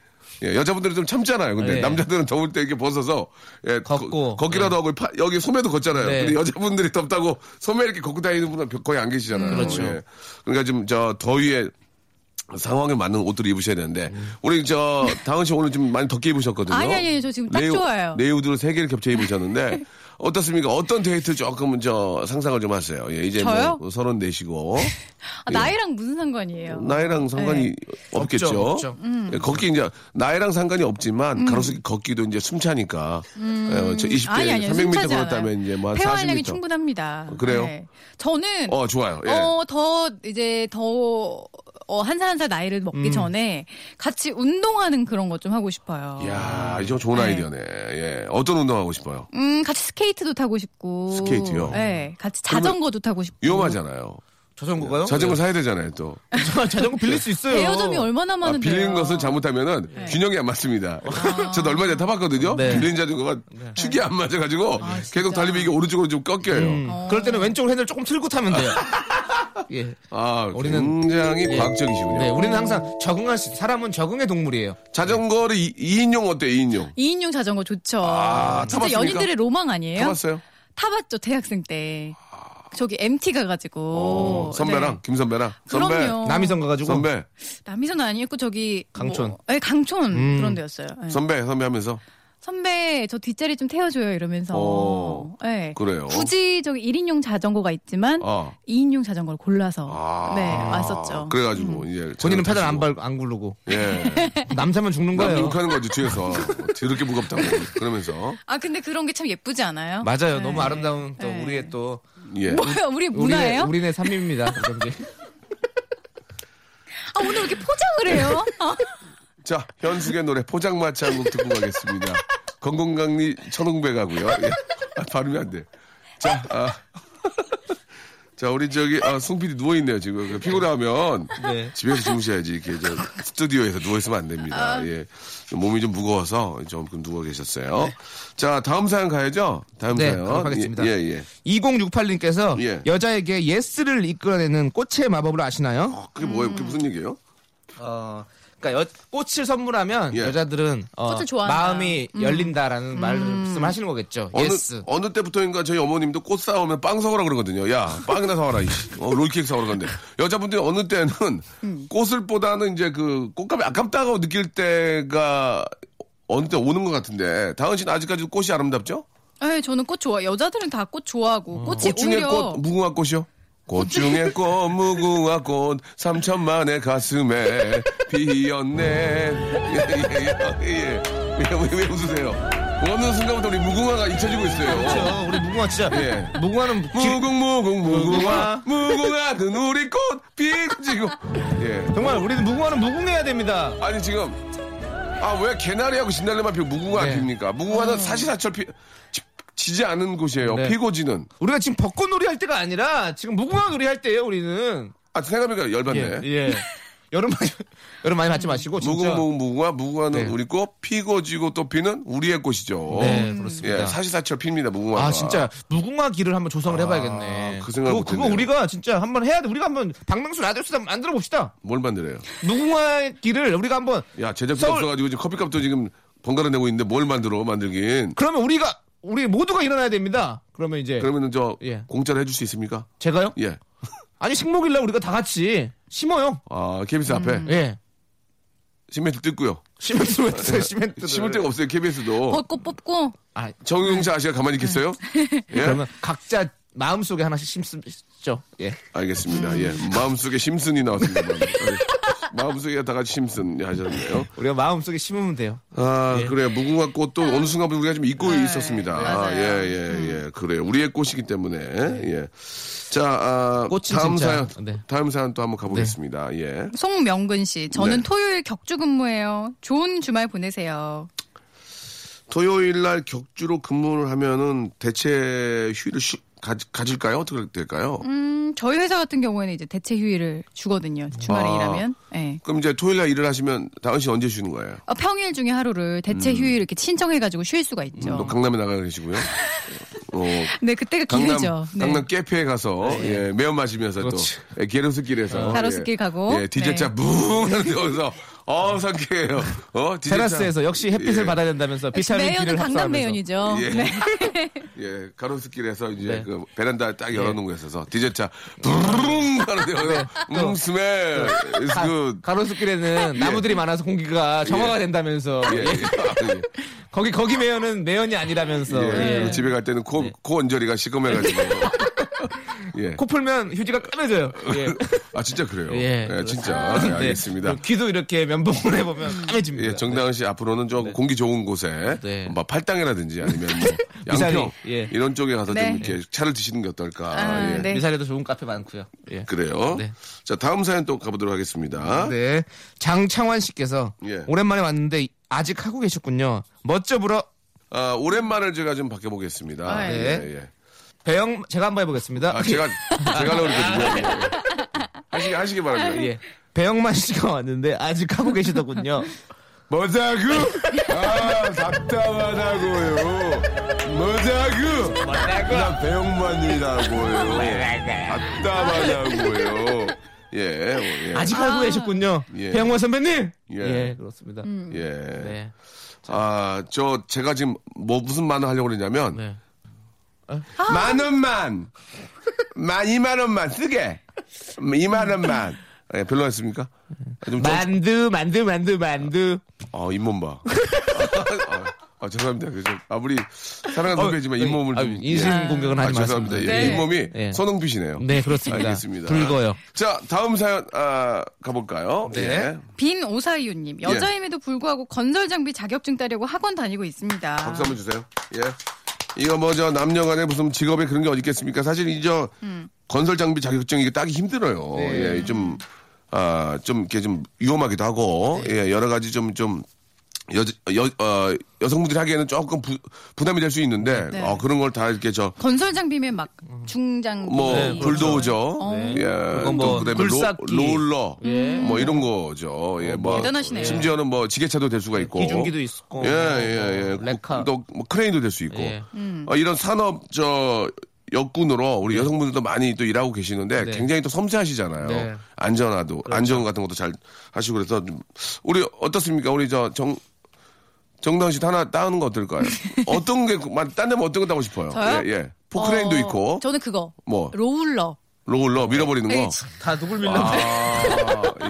[SPEAKER 3] 예, 여자분들은 좀 참잖아요. 근데
[SPEAKER 6] 네.
[SPEAKER 3] 남자들은 더울 때 이렇게 벗어서 예,
[SPEAKER 6] 걷고.
[SPEAKER 3] 걷, 기라도
[SPEAKER 6] 네.
[SPEAKER 3] 하고 파- 여기 소매도 걷잖아요.
[SPEAKER 6] 네.
[SPEAKER 3] 근데 여자분들이 덥다고 소매 이렇게 걷고 다니는 분은 겨- 거의 안 계시잖아요.
[SPEAKER 6] 그렇죠.
[SPEAKER 3] 예. 그러니까 좀 저 더위에 상황에 맞는 옷들을 입으셔야 되는데 우리 저 다은 씨 오늘 좀 많이 덥게 입으셨거든요.
[SPEAKER 4] 음. 아니, 아니, 저 지금 딱
[SPEAKER 3] 레오-
[SPEAKER 4] 좋아요.
[SPEAKER 3] 레이우드를 세 개를 겹쳐 입으셨는데 어떻습니까? 어떤 데이트 조금 저 상상을 좀 하세요. 예, 이제 뭐
[SPEAKER 4] 저요?
[SPEAKER 3] 서른 내시고
[SPEAKER 4] 아, 나이랑 무슨 상관이에요?
[SPEAKER 3] 나이랑 상관이
[SPEAKER 4] 그렇죠. 네.
[SPEAKER 3] 없겠죠.
[SPEAKER 6] 없죠, 없죠. 음.
[SPEAKER 3] 예, 걷기 이제 나이랑 상관이 없지만 가로수 걷기도 이제 숨차니까. 예, 저 20대
[SPEAKER 4] 음. 아니, 아니,
[SPEAKER 3] 300m
[SPEAKER 4] 숨차지 않아요.
[SPEAKER 3] 걸었다면 이제 뭐한
[SPEAKER 4] 폐활량이
[SPEAKER 3] 40m.
[SPEAKER 4] 충분합니다. 네.
[SPEAKER 3] 그래요?
[SPEAKER 4] 저는
[SPEAKER 3] 어 좋아요. 예.
[SPEAKER 4] 어, 더, 이제, 더, 어, 한 살 한 살 나이를 먹기 전에 같이 운동하는 그런 것 좀 하고 싶어요.
[SPEAKER 3] 이야 이거 좋은
[SPEAKER 4] 네.
[SPEAKER 3] 아이디어네. 예. 어떤 운동하고 싶어요?
[SPEAKER 4] 음, 같이 스케이트도 타고 싶고.
[SPEAKER 3] 스케이트요?
[SPEAKER 4] 네. 같이 자전거도 타고 싶고.
[SPEAKER 3] 위험하잖아요.
[SPEAKER 6] 자전거가요? 네.
[SPEAKER 3] 자전거 사야 되잖아요, 또.
[SPEAKER 6] 자전거 빌릴 수 있어요.
[SPEAKER 4] 대여점이 얼마나
[SPEAKER 3] 아,
[SPEAKER 4] 많은데요? 네. 아.
[SPEAKER 3] 빌린 것은 잘못하면은 균형이 안 맞습니다. 저도 얼마 전에 타봤거든요.
[SPEAKER 6] 네.
[SPEAKER 3] 빌린 자전거가 축이 안 맞아가지고 계속 달리면 이게 오른쪽으로 좀 꺾여요.
[SPEAKER 6] 음,
[SPEAKER 4] 어.
[SPEAKER 6] 그럴 때는 왼쪽으로 핸들 조금 틀고 타면 돼요. 예.
[SPEAKER 3] 아,
[SPEAKER 6] 우리는-
[SPEAKER 3] 굉장히
[SPEAKER 6] 네.
[SPEAKER 3] 과학적이시군요.
[SPEAKER 6] 네, 우리는 항상 적응할 수 있어요. 사람은 적응의 동물이에요.
[SPEAKER 3] 자전거를 2인용 어때요, 2인용?
[SPEAKER 4] 2인용 자전거 좋죠.
[SPEAKER 3] 아,
[SPEAKER 4] 진짜
[SPEAKER 3] 타봤습니까?
[SPEAKER 4] 연인들의 로망 아니에요?
[SPEAKER 3] 타봤어요?
[SPEAKER 4] 타봤죠 대학생 때. 저기 MT 가가지고
[SPEAKER 3] 어, 선배랑,
[SPEAKER 4] 네.
[SPEAKER 3] 김선배랑. 선배,
[SPEAKER 4] 그럼요.
[SPEAKER 6] 남이선 가가지고
[SPEAKER 3] 선배,
[SPEAKER 4] 남이선 아니었고 저기
[SPEAKER 6] 강촌.
[SPEAKER 4] 뭐, 네, 강촌
[SPEAKER 6] 음.
[SPEAKER 4] 그런 데였어요. 네.
[SPEAKER 3] 선배, 선배 하면서.
[SPEAKER 4] 선배 저 뒷자리 좀 태워줘요 이러면서.
[SPEAKER 3] 어,
[SPEAKER 4] 네.
[SPEAKER 3] 그래요.
[SPEAKER 4] 굳이 저기 1인용 자전거가 있지만
[SPEAKER 3] 아.
[SPEAKER 4] 2인용 자전거를 골라서
[SPEAKER 3] 아.
[SPEAKER 4] 네 왔었죠. 음.
[SPEAKER 3] 그래가지고, 이제. 자전거
[SPEAKER 6] 본인은 페달
[SPEAKER 3] 타시고. 그-
[SPEAKER 6] 안, 밟, 안 굴르고
[SPEAKER 3] 예.
[SPEAKER 6] 남자면 죽는
[SPEAKER 3] 남
[SPEAKER 6] 거예요.
[SPEAKER 3] 욕하는 거죠, 뒤에서. 더럽게 무겁다고. 그러면서.
[SPEAKER 4] 아 근데 그런 게 참 예쁘지 않아요?
[SPEAKER 6] 맞아요.
[SPEAKER 4] 네.
[SPEAKER 6] 너무 아름다운 또
[SPEAKER 4] 네.
[SPEAKER 6] 우리의 또
[SPEAKER 3] 예.
[SPEAKER 4] 뭐야 우리 문화예요?
[SPEAKER 6] 우리네, 우리네 삶입니다. 그런 게.
[SPEAKER 4] 아 오늘 왜 이렇게 포장을 해요? 아,
[SPEAKER 3] 자, 현숙의 노래 포장마차 한 곡 듣고 가겠습니다. 건강강리 천홍배가고요. 예. 아, 발음이 안 돼. 자, 아. 자, 우리 저기 아, 송 PD 누워 있네요 지금 그 피곤하면
[SPEAKER 6] 네.
[SPEAKER 3] 집에서 주무셔야지 이렇게 저 스튜디오에서 누워 있으면 안 됩니다. 예, 몸이 좀 무거워서 조금 누워 계셨어요. 자, 다음 사연 가야죠. 다음
[SPEAKER 6] 네,
[SPEAKER 3] 사연
[SPEAKER 6] 가도록 하겠습니다.
[SPEAKER 3] 예, 예.
[SPEAKER 6] 2068님께서
[SPEAKER 3] 예.
[SPEAKER 6] 여자에게 예스를 이끌어내는 꽃의 마법을 아시나요?
[SPEAKER 3] 어, 그게 뭐예요? 그게 무슨 얘기예요?
[SPEAKER 6] 어, 그러니까 여- 꽃을 선물하면
[SPEAKER 3] 아. 예.
[SPEAKER 6] 여자들은 어,
[SPEAKER 4] 꽃을 좋아한다.
[SPEAKER 6] 마음이 열린다라는 말씀을 하시는 거겠죠.
[SPEAKER 3] 어느
[SPEAKER 6] 예스.
[SPEAKER 3] 어느 때부터인가 저희 어머님도 꽃 사오면 빵 사오라 그러거든요. 야 빵이나 사와라 이씨. 어, 롤케이크 사오라 그러는데 여자분들이 어느 때는
[SPEAKER 4] 음.
[SPEAKER 3] 꽃을 보다는 이제 그 꽃값이 아깝다고 느낄 때가 어느 때 오는 것 같은데 다은 씨는 아직까지도 꽃이 아름답죠?
[SPEAKER 4] 네, 저는 꽃 좋아. 여자들은 다 꽃 좋아하고 꽃이
[SPEAKER 3] 음. 꽃 중에
[SPEAKER 4] 오히려
[SPEAKER 3] 꽃 뭐? 무궁화 꽃이요? 꽃 중에 꽃 무궁화 꽃 삼천만의 가슴에 피었네. 예, 예, 예. 예, 왜, 왜 웃으세요? 어느 순간부터 우리 무궁화가 잊혀지고 있어요.
[SPEAKER 6] 그렇죠. 우리 무궁화 진짜
[SPEAKER 3] 예.
[SPEAKER 6] 무궁화는 길-
[SPEAKER 3] 무궁무궁 무궁화 무궁화 는 우리 꽃 피지고 예
[SPEAKER 6] 정말 우리는 무궁화는 무궁해야 됩니다.
[SPEAKER 3] 아니 지금 아 왜 개나리하고 진달래만 피고 무궁화 안
[SPEAKER 6] 네.
[SPEAKER 3] 핍니까 무궁화는 사시사철 피 지- 지지 않은 곳이에요
[SPEAKER 6] 네.
[SPEAKER 3] 피고지는
[SPEAKER 6] 우리가 지금 벚꽃놀이 할 때가 아니라 지금 무궁화 놀이 할 때예요. 우리는
[SPEAKER 3] 아 생각해보니까 열받네
[SPEAKER 6] 예, 예. 여름 많이 여름 많이 맞지 마시고 진짜
[SPEAKER 3] 무궁무궁 무궁화 무궁화는
[SPEAKER 6] 네.
[SPEAKER 3] 우리 꽃 피고지고 또 피는 우리의 꽃이죠
[SPEAKER 6] 네 그렇습니다.
[SPEAKER 3] 예 사시사철 핍니다 무궁화가
[SPEAKER 6] 아 진짜 무궁화 길을 한번 조성을 해봐야겠네.
[SPEAKER 3] 아, 그 생각을
[SPEAKER 6] 그거- 그거
[SPEAKER 3] 못했네요.
[SPEAKER 6] 우리가 진짜 한번 해야 돼. 우리가 한번 박명수 라디오 수다 만들어 봅시다.
[SPEAKER 3] 뭘 만들어요
[SPEAKER 6] 무궁화 길을 우리가 한번
[SPEAKER 3] 야 제작비
[SPEAKER 6] 서울-
[SPEAKER 3] 없어가지고 지금 커피값도 지금 번갈아 내고 있는데 뭘 만들어 만들긴
[SPEAKER 6] 그러면 우리가 우리 모두가 일어나야 됩니다. 그러면 이제
[SPEAKER 3] 그러면은 저
[SPEAKER 6] 예.
[SPEAKER 3] 공짜로 해줄 수 있습니까
[SPEAKER 6] 제가요?
[SPEAKER 3] 예
[SPEAKER 6] 아니 식목일날 우리가 다 같이 심어요.
[SPEAKER 3] 아, KBS 앞에
[SPEAKER 6] 예.
[SPEAKER 3] 시멘트 뜯고요.
[SPEAKER 6] 시멘트 왜 뜨세요, 시멘트.
[SPEAKER 3] 심을 데가 없어요, 예? KBS도.
[SPEAKER 4] 벚꽃 뽑고
[SPEAKER 6] 아,
[SPEAKER 3] 정용자 아씨가 가만히 있겠어요? 예?
[SPEAKER 6] 네. 그러면 각자 마음속에 하나씩 심습죠. 예.
[SPEAKER 3] 알겠습니다. 예. 마음속에 심슨이 나왔습니다. 예. 마음속에 다 같이 심슨 하셨네요.
[SPEAKER 6] 우리가 마음속에 심으면 돼요.
[SPEAKER 3] 아,
[SPEAKER 6] 예.
[SPEAKER 3] 그래요. 무궁화 꽃도 어느 순간부터 우리가 좀 잊고
[SPEAKER 6] 네.
[SPEAKER 3] 있었습니다. 아, 예,
[SPEAKER 6] 음.
[SPEAKER 3] 예, 예. 그래요. 우리의 꽃이기 때문에. 예. 자, 아,
[SPEAKER 6] 네. 꽃이
[SPEAKER 3] 다음
[SPEAKER 6] 진짜,
[SPEAKER 3] 사연.
[SPEAKER 6] 네.
[SPEAKER 3] 다음 사연 또 한번 가보겠습니다. 예.
[SPEAKER 4] 송명근 씨, 저는
[SPEAKER 3] 네.
[SPEAKER 4] 토요일 격주 근무예요. 좋은 주말 보내세요.
[SPEAKER 3] 토요일 날 격주로 근무를 하면은 대체 휴일을 쉬- 가, 가질까요? 어떻게 될까요?
[SPEAKER 4] 음, 저희 회사 같은 경우에는 이제 대체 휴일을 주거든요. 주말에
[SPEAKER 3] 아.
[SPEAKER 4] 일하면. 예.
[SPEAKER 3] 그럼 이제 토요일 날 일을 하시면 다은 씨 언제 쉬는 거예요?
[SPEAKER 4] 어, 평일 중에 하루를 대체 휴일 이렇게 신청해가지고 쉴 수가 있죠.
[SPEAKER 3] 또 음. 뭐 강남에 나가 계시고요. 어,
[SPEAKER 4] 네, 그때가
[SPEAKER 3] 강남
[SPEAKER 4] 기회죠. 네.
[SPEAKER 3] 강남 깨페에 가서 예, 매운 마시면서
[SPEAKER 6] 그렇지.
[SPEAKER 3] 또 예, 게르스길에서
[SPEAKER 4] 어, 가로수길
[SPEAKER 3] 예,
[SPEAKER 4] 가고.
[SPEAKER 3] 예, 디저차
[SPEAKER 4] 네.
[SPEAKER 3] 뭉 하는 데서 어 상쾌해요. 어 디저차.
[SPEAKER 6] 테라스에서 역시 햇빛을
[SPEAKER 3] 예.
[SPEAKER 6] 받아야 된다면서 비타민
[SPEAKER 4] 매연은
[SPEAKER 6] B를
[SPEAKER 4] 강남
[SPEAKER 6] 합성하면서.
[SPEAKER 4] 매연이죠.
[SPEAKER 3] 예.
[SPEAKER 4] 네.
[SPEAKER 3] 예, 가로수길에서 이제
[SPEAKER 6] 네. 네.
[SPEAKER 3] 그 베란다 딱 열어놓은 곳에서 디저차 붕 하는 데서 음 스멜 is good.
[SPEAKER 6] 가로수길에는 나무들이 많아서 공기가 정화가 된다면서
[SPEAKER 3] 그 예, 예. 예.
[SPEAKER 6] 거기 거기 매연은 매연이 아니라면서
[SPEAKER 3] 예,
[SPEAKER 6] 예.
[SPEAKER 3] 그리고 집에 갈 때는 코, 코 언저리가 시커매가지고. 예.
[SPEAKER 6] 코 풀면 휴지가 까매져요. 예.
[SPEAKER 3] 아, 진짜 그래요.
[SPEAKER 6] 예.
[SPEAKER 3] 예, 진짜. 네,
[SPEAKER 6] 네.
[SPEAKER 3] 알겠습니다.
[SPEAKER 6] 그리고 귀도 이렇게 면봉을 해보면 까매집니다.
[SPEAKER 3] 예, 정다은 씨 앞으로는 좀 공기 좋은 곳에
[SPEAKER 6] 네.
[SPEAKER 3] 막 팔당이라든지 아니면 뭐 양평
[SPEAKER 6] 미사리, 예.
[SPEAKER 3] 이런 쪽에 가서
[SPEAKER 4] 네.
[SPEAKER 3] 좀 이렇게 차를 드시는 게 어떨까.
[SPEAKER 4] 아,
[SPEAKER 3] 예.
[SPEAKER 4] 네.
[SPEAKER 6] 미사리도 좋은 카페 많고요. 예.
[SPEAKER 3] 그래요.
[SPEAKER 6] 네.
[SPEAKER 3] 자, 다음 사연 또 가보도록 하겠습니다.
[SPEAKER 6] 네. 장창환 씨께서
[SPEAKER 3] 예.
[SPEAKER 6] 오랜만에 왔는데 아직 하고 계셨군요. 멋져 불어
[SPEAKER 3] 아, 오랜만을 제가 좀 바꿔보겠습니다. 예.
[SPEAKER 4] 아,
[SPEAKER 6] 예. 배영 제가 한번 해보겠습니다.
[SPEAKER 3] 아, 제가, 제가 하려고 그랬거든요. 하시기 하시기 바랍니다.
[SPEAKER 6] 네. 예. 배영만 씨가 왔는데 아직 하고 계시더군요.
[SPEAKER 3] 예. 뭐자구? 아 답답하다고요. 뭐자구? 나 배영만이라고요. 답답하다고요. 예, 어, 예,
[SPEAKER 6] 아직 하고 계셨군요.
[SPEAKER 3] 예.
[SPEAKER 6] 배영만 선배님.
[SPEAKER 3] 예.
[SPEAKER 6] 예, 그렇습니다.
[SPEAKER 3] 예.
[SPEAKER 6] 네.
[SPEAKER 3] 아, 저 제가 지금 뭐 무슨 만원 하려고 그러냐면
[SPEAKER 6] 네.
[SPEAKER 3] 만 원만, 만 이만 원만 쓰게, 이만 원만. 예, 별로였습니까? 아, 좀 정-
[SPEAKER 6] 만두 만두 만두 만두.
[SPEAKER 3] 아 잇몸 봐. 아, 아, 죄송합니다. 그저 아무리 사랑하는 선배지만 잇몸을
[SPEAKER 6] 아,
[SPEAKER 3] 좀
[SPEAKER 6] 인신 공격은
[SPEAKER 3] 아,
[SPEAKER 6] 하지
[SPEAKER 3] 죄송합니다.
[SPEAKER 6] 마세요.
[SPEAKER 3] 예,
[SPEAKER 4] 네.
[SPEAKER 3] 잇몸이
[SPEAKER 6] 예.
[SPEAKER 3] 선홍빛이네요.
[SPEAKER 6] 네 그렇습니다.
[SPEAKER 3] 알겠습니다.
[SPEAKER 6] 붉어요.
[SPEAKER 3] 자 다음 사연 아, 가볼까요? 네.
[SPEAKER 4] 빈
[SPEAKER 3] 예.
[SPEAKER 4] 오사이유님 여자임에도 불구하고 건설 장비 자격증 따려고 학원 다니고 있습니다.
[SPEAKER 3] 박수 한번 주세요. 예. 이거 뭐 저 남녀간에 무슨 직업에 그런 게 어디 있겠습니까? 사실 이저
[SPEAKER 4] 음.
[SPEAKER 3] 건설 장비 자격증 이게 따기 힘들어요.
[SPEAKER 4] 네.
[SPEAKER 3] 예, 좀 아, 좀 이렇게 좀 위험하기도 하고
[SPEAKER 4] 네.
[SPEAKER 3] 예, 여러 가지 좀 좀 여, 여, 어, 여성분들이 하기에는 조금 부, 부담이 될 수 있는데
[SPEAKER 4] 네.
[SPEAKER 3] 어, 그런 걸 다 이렇게 저
[SPEAKER 4] 건설 장비면 막 중장비
[SPEAKER 3] 뭐
[SPEAKER 6] 네,
[SPEAKER 3] 불도저,
[SPEAKER 4] 네.
[SPEAKER 3] 예,
[SPEAKER 6] 그거
[SPEAKER 3] 또
[SPEAKER 6] 뭐
[SPEAKER 3] 그다음에
[SPEAKER 6] 굴삭기. 예.
[SPEAKER 3] 로, 롤러, 뭐 이런 거죠. 예, 뭐
[SPEAKER 4] 대단하시네요.
[SPEAKER 3] 심지어는 뭐 지게차도 될 수가 있고,
[SPEAKER 6] 기중기도 있고.
[SPEAKER 3] 예, 예, 예,
[SPEAKER 6] 어, 뭐, 레카.
[SPEAKER 3] 또뭐 크레인도 될 수 있고,
[SPEAKER 6] 예.
[SPEAKER 4] 음.
[SPEAKER 3] 어, 이런 산업 저 역군으로 우리 여성분들도 많이 또 일하고 계시는데
[SPEAKER 6] 네.
[SPEAKER 3] 굉장히 또 섬세하시잖아요.
[SPEAKER 6] 네.
[SPEAKER 3] 안전화도 안전 같은 것도 잘 하시고 그래서 좀- 우리 어떻습니까? 우리 저 정 정당 씨 하나 따는 거 어떨까요? 어떤 게딴 데면 어떤 거 따고 싶어요?
[SPEAKER 4] 저요?
[SPEAKER 3] 예, 예. 포크레인도
[SPEAKER 4] 어,
[SPEAKER 3] 있고
[SPEAKER 4] 저는 그거
[SPEAKER 3] 뭐?
[SPEAKER 4] 로울러
[SPEAKER 3] 롤러 밀어버리는
[SPEAKER 4] 에이,
[SPEAKER 3] 거.
[SPEAKER 4] 참.
[SPEAKER 6] 다 누굴 밀라고?
[SPEAKER 3] 아,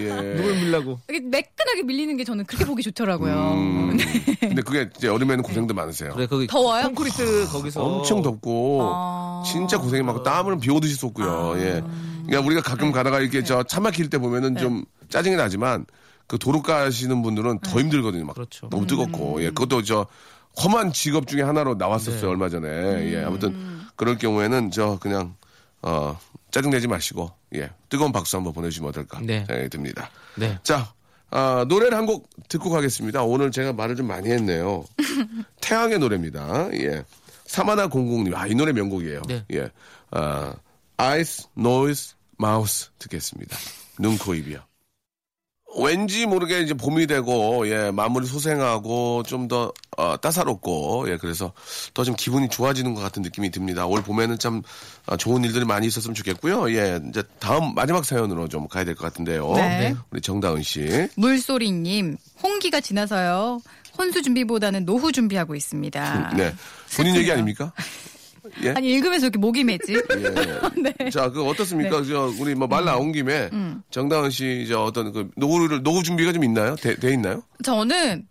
[SPEAKER 4] 네.
[SPEAKER 6] 누굴
[SPEAKER 3] 예.
[SPEAKER 6] 밀라고?
[SPEAKER 4] 이게 매끈하게 밀리는 게 저는 그렇게 보기 좋더라고요. 네.
[SPEAKER 3] 음, 근데 그게 이제 여름에는 고생도 많으세요.
[SPEAKER 6] 그래 네, 거기
[SPEAKER 4] 더워요?
[SPEAKER 6] 콘크리트 거기서
[SPEAKER 3] 엄청 덥고
[SPEAKER 4] 아.
[SPEAKER 3] 진짜 고생이 많고 땀을 비 오듯이 쏟고요.
[SPEAKER 6] 아.
[SPEAKER 3] 예. 그러니까 우리가 가끔
[SPEAKER 6] 네.
[SPEAKER 3] 가다가 이렇게 저 차 막힐 때 보면은 좀 짜증이 나지만 그 도로 가시는 분들은 더 힘들거든요. 막
[SPEAKER 6] 그렇죠.
[SPEAKER 3] 너무 뜨겁고 예. 그것도 저 험한 직업 중에 하나로
[SPEAKER 6] 네.
[SPEAKER 3] 나왔었어요 얼마 전에.
[SPEAKER 6] 음.
[SPEAKER 3] 예. 아무튼 그럴 경우에는 저 그냥 어 짜증 내지 마시고 예 뜨거운 박수 한번 보내주시면 어떨까
[SPEAKER 6] 네.
[SPEAKER 3] 생각이 듭니다.
[SPEAKER 6] 네.
[SPEAKER 3] 자, 아, 노래를 한 곡 듣고 가겠습니다. 오늘 제가 말을 좀 많이 했네요. 태양의 노래입니다. 예. 사마나 공공님, 아, 이 노래 명곡이에요.
[SPEAKER 6] 네.
[SPEAKER 3] 예. 아, 아이스, 노이즈, 마우스 듣겠습니다. 눈, 코, 입이요. 왠지 모르게 이제 봄이 되고, 예, 마무리 소생하고, 좀 더, 어, 따사롭고, 예, 그래서 더 좀 기분이 좋아지는 것 같은 느낌이 듭니다. 올 봄에는 참 아, 좋은 일들이 많이 있었으면 좋겠고요. 예, 이제 다음 마지막 사연으로 좀 가야 될 것 같은데요.
[SPEAKER 4] 네.
[SPEAKER 3] 우리 정다은 씨.
[SPEAKER 4] 물소리님 홍기가 지나서요. 혼수 준비보다는 노후 준비하고 있습니다.
[SPEAKER 3] 네. 본인 얘기
[SPEAKER 4] 아, 슬프네요.
[SPEAKER 3] 아닙니까? 예?
[SPEAKER 4] 아니 읽으면서 이렇게 목이 매지. 네.
[SPEAKER 3] 자, 그 어떻습니까? 저 우리 뭐
[SPEAKER 4] 음.
[SPEAKER 3] 말 나온 김에 정다은 씨 이제 어떤 그 노후를 노후 준비가 좀 있나요? 돼, 돼 있나요?
[SPEAKER 4] 저는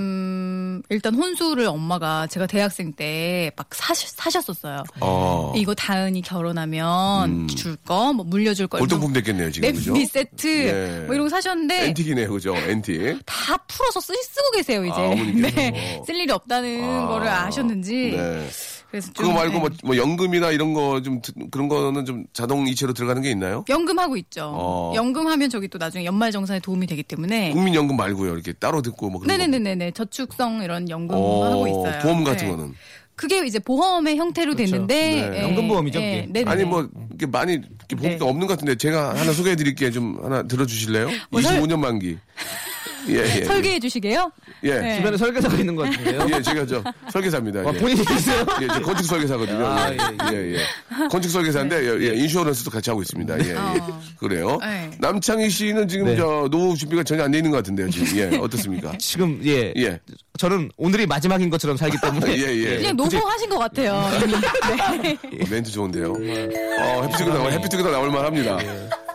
[SPEAKER 4] 음 일단 혼수를 엄마가 제가 대학생 때 막 사셨었어요.
[SPEAKER 3] 어.
[SPEAKER 4] 이거 다은이 결혼하면 줄 거, 뭐 물려줄 거,
[SPEAKER 3] 음. 골동품 됐겠네요, 지금. 그죠?
[SPEAKER 4] 냄비 세트
[SPEAKER 3] 예.
[SPEAKER 4] 뭐 이런 거 사셨는데
[SPEAKER 3] 앤틱이네요, 그죠? 앤틱.
[SPEAKER 4] 다 풀어서 쓰, 쓰고 계세요 이제.
[SPEAKER 3] 아, 어머니께서.
[SPEAKER 4] 네, 쓸 일이 없다는
[SPEAKER 3] 아.
[SPEAKER 4] 거를 아셨는지.
[SPEAKER 3] 네.
[SPEAKER 4] 그래서 좀
[SPEAKER 3] 그거 말고
[SPEAKER 4] 네.
[SPEAKER 3] 뭐, 뭐 연금이나 이런 거 좀 그런 거는 좀 자동 이체로 들어가는 게 있나요?
[SPEAKER 4] 연금하고 있죠.
[SPEAKER 3] 어. 음.
[SPEAKER 4] 연금하면 저기 또 나중에 연말정산에 도움이 되기 때문에.
[SPEAKER 3] 국민연금 말고요. 이렇게 따로 듣고 뭐 그런 거.
[SPEAKER 4] 네. 네네네네 저축성 이런 연금
[SPEAKER 3] 어,
[SPEAKER 4] 하고 있어요.
[SPEAKER 3] 보험 같은
[SPEAKER 4] 네.
[SPEAKER 3] 거는.
[SPEAKER 4] 그게 이제 보험의 형태로 됐는데
[SPEAKER 3] 네.
[SPEAKER 4] 예,
[SPEAKER 6] 그렇죠. 연금보험이죠,
[SPEAKER 4] 예,
[SPEAKER 6] 그게?
[SPEAKER 4] 네네네.
[SPEAKER 3] 아니 뭐 이렇게 많이 이렇게 보니까
[SPEAKER 4] 네.
[SPEAKER 3] 없는 것 같은데 제가 하나 소개해 드릴게요. 좀 하나 들어 주실래요?
[SPEAKER 4] 뭐 설-
[SPEAKER 3] 25년 만기. 예, 예.
[SPEAKER 4] 네, 설계해 주시게요.
[SPEAKER 3] 예.
[SPEAKER 4] 네.
[SPEAKER 6] 주변에 설계사가 있는 것 같은데요.
[SPEAKER 3] 예, 제가 저 설계사입니다.
[SPEAKER 6] 아,
[SPEAKER 3] 예.
[SPEAKER 6] 본인이 있어요?
[SPEAKER 3] 예, 저 건축 설계사거든요.
[SPEAKER 6] 아,
[SPEAKER 3] 예,
[SPEAKER 6] 예,
[SPEAKER 3] 예, 예. 건축 설계사인데 예, 예, 인슈어런스도 같이 하고 있습니다. 예, 예.
[SPEAKER 4] 어.
[SPEAKER 3] 그래요.
[SPEAKER 4] 네.
[SPEAKER 3] 남창희 씨는 지금
[SPEAKER 6] 네.
[SPEAKER 3] 저 노후 준비가 전혀 안 돼 있는 것 같은데요. 지금 예, 어떻습니까?
[SPEAKER 6] 지금 예,
[SPEAKER 3] 예.
[SPEAKER 6] 저는 오늘이 마지막인 것처럼 살기 때문에
[SPEAKER 3] 예, 예. 음.
[SPEAKER 4] 그냥 노고하신 것 같아요. 네.
[SPEAKER 3] 어, 멘트 좋은데요. 어, 해피투게더
[SPEAKER 6] 네.
[SPEAKER 3] 나올, 해피투게더 나올 만합니다.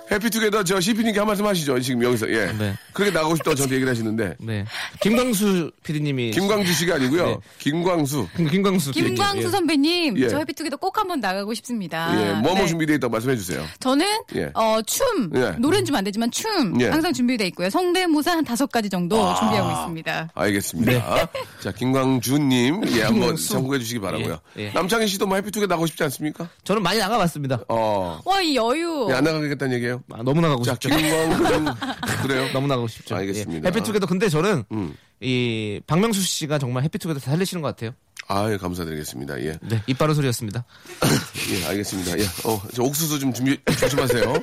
[SPEAKER 3] 해피투게더 저 시피님께 한 말씀 하시죠. 지금 여기서 예.
[SPEAKER 6] 네.
[SPEAKER 3] 그렇게 나가고 싶다고 저한테 얘기를 하시는데
[SPEAKER 6] 네. 김광수 PD님이
[SPEAKER 3] 김광주 씨가 아니고요.
[SPEAKER 6] 네.
[SPEAKER 3] 김광수.
[SPEAKER 6] 김광수 PD.
[SPEAKER 4] 김광수 선배님
[SPEAKER 3] 예.
[SPEAKER 4] 저 해피투게더 꼭 한번 나가고 싶습니다.
[SPEAKER 3] 예, 뭐뭐
[SPEAKER 4] 네.
[SPEAKER 3] 준비되어 있다고 말씀해 주세요.
[SPEAKER 4] 저는
[SPEAKER 3] 예.
[SPEAKER 4] 어, 춤
[SPEAKER 3] 예.
[SPEAKER 4] 노래는 좀 안 되지만 춤
[SPEAKER 3] 예. 아.
[SPEAKER 4] 항상 준비돼 있고요. 성대모사 한 다섯 가지 정도 준비하고 있습니다.
[SPEAKER 3] 알겠습니다. 자, 김광준님, 예, 한번
[SPEAKER 6] 네. 김광수.
[SPEAKER 3] 참고해 주시기 바라고요.
[SPEAKER 6] 예, 예.
[SPEAKER 3] 남창희 씨도 뭐 해피투게 나고 싶지 않습니까?
[SPEAKER 6] 저는 많이 나가봤습니다.
[SPEAKER 3] 어,
[SPEAKER 4] 와 이 여유.
[SPEAKER 3] 예, 안 나가겠다는 얘기예요.
[SPEAKER 6] 아, 너무 나가고
[SPEAKER 3] 자,
[SPEAKER 6] 싶죠.
[SPEAKER 3] 김광준 그래요.
[SPEAKER 6] 너무 나가고 싶죠.
[SPEAKER 3] 알겠습니다. 음.
[SPEAKER 6] 예. 해피투게더 근데 저는 이 박명수 씨가 정말 해피투게더 다 살리시는 것 같아요.
[SPEAKER 3] 아, 예, 감사드리겠습니다. 예,
[SPEAKER 6] 네, 입 바른 소리였습니다.
[SPEAKER 3] 예, 알겠습니다. 예, 어, 저 옥수수 좀 준비 조심하세요.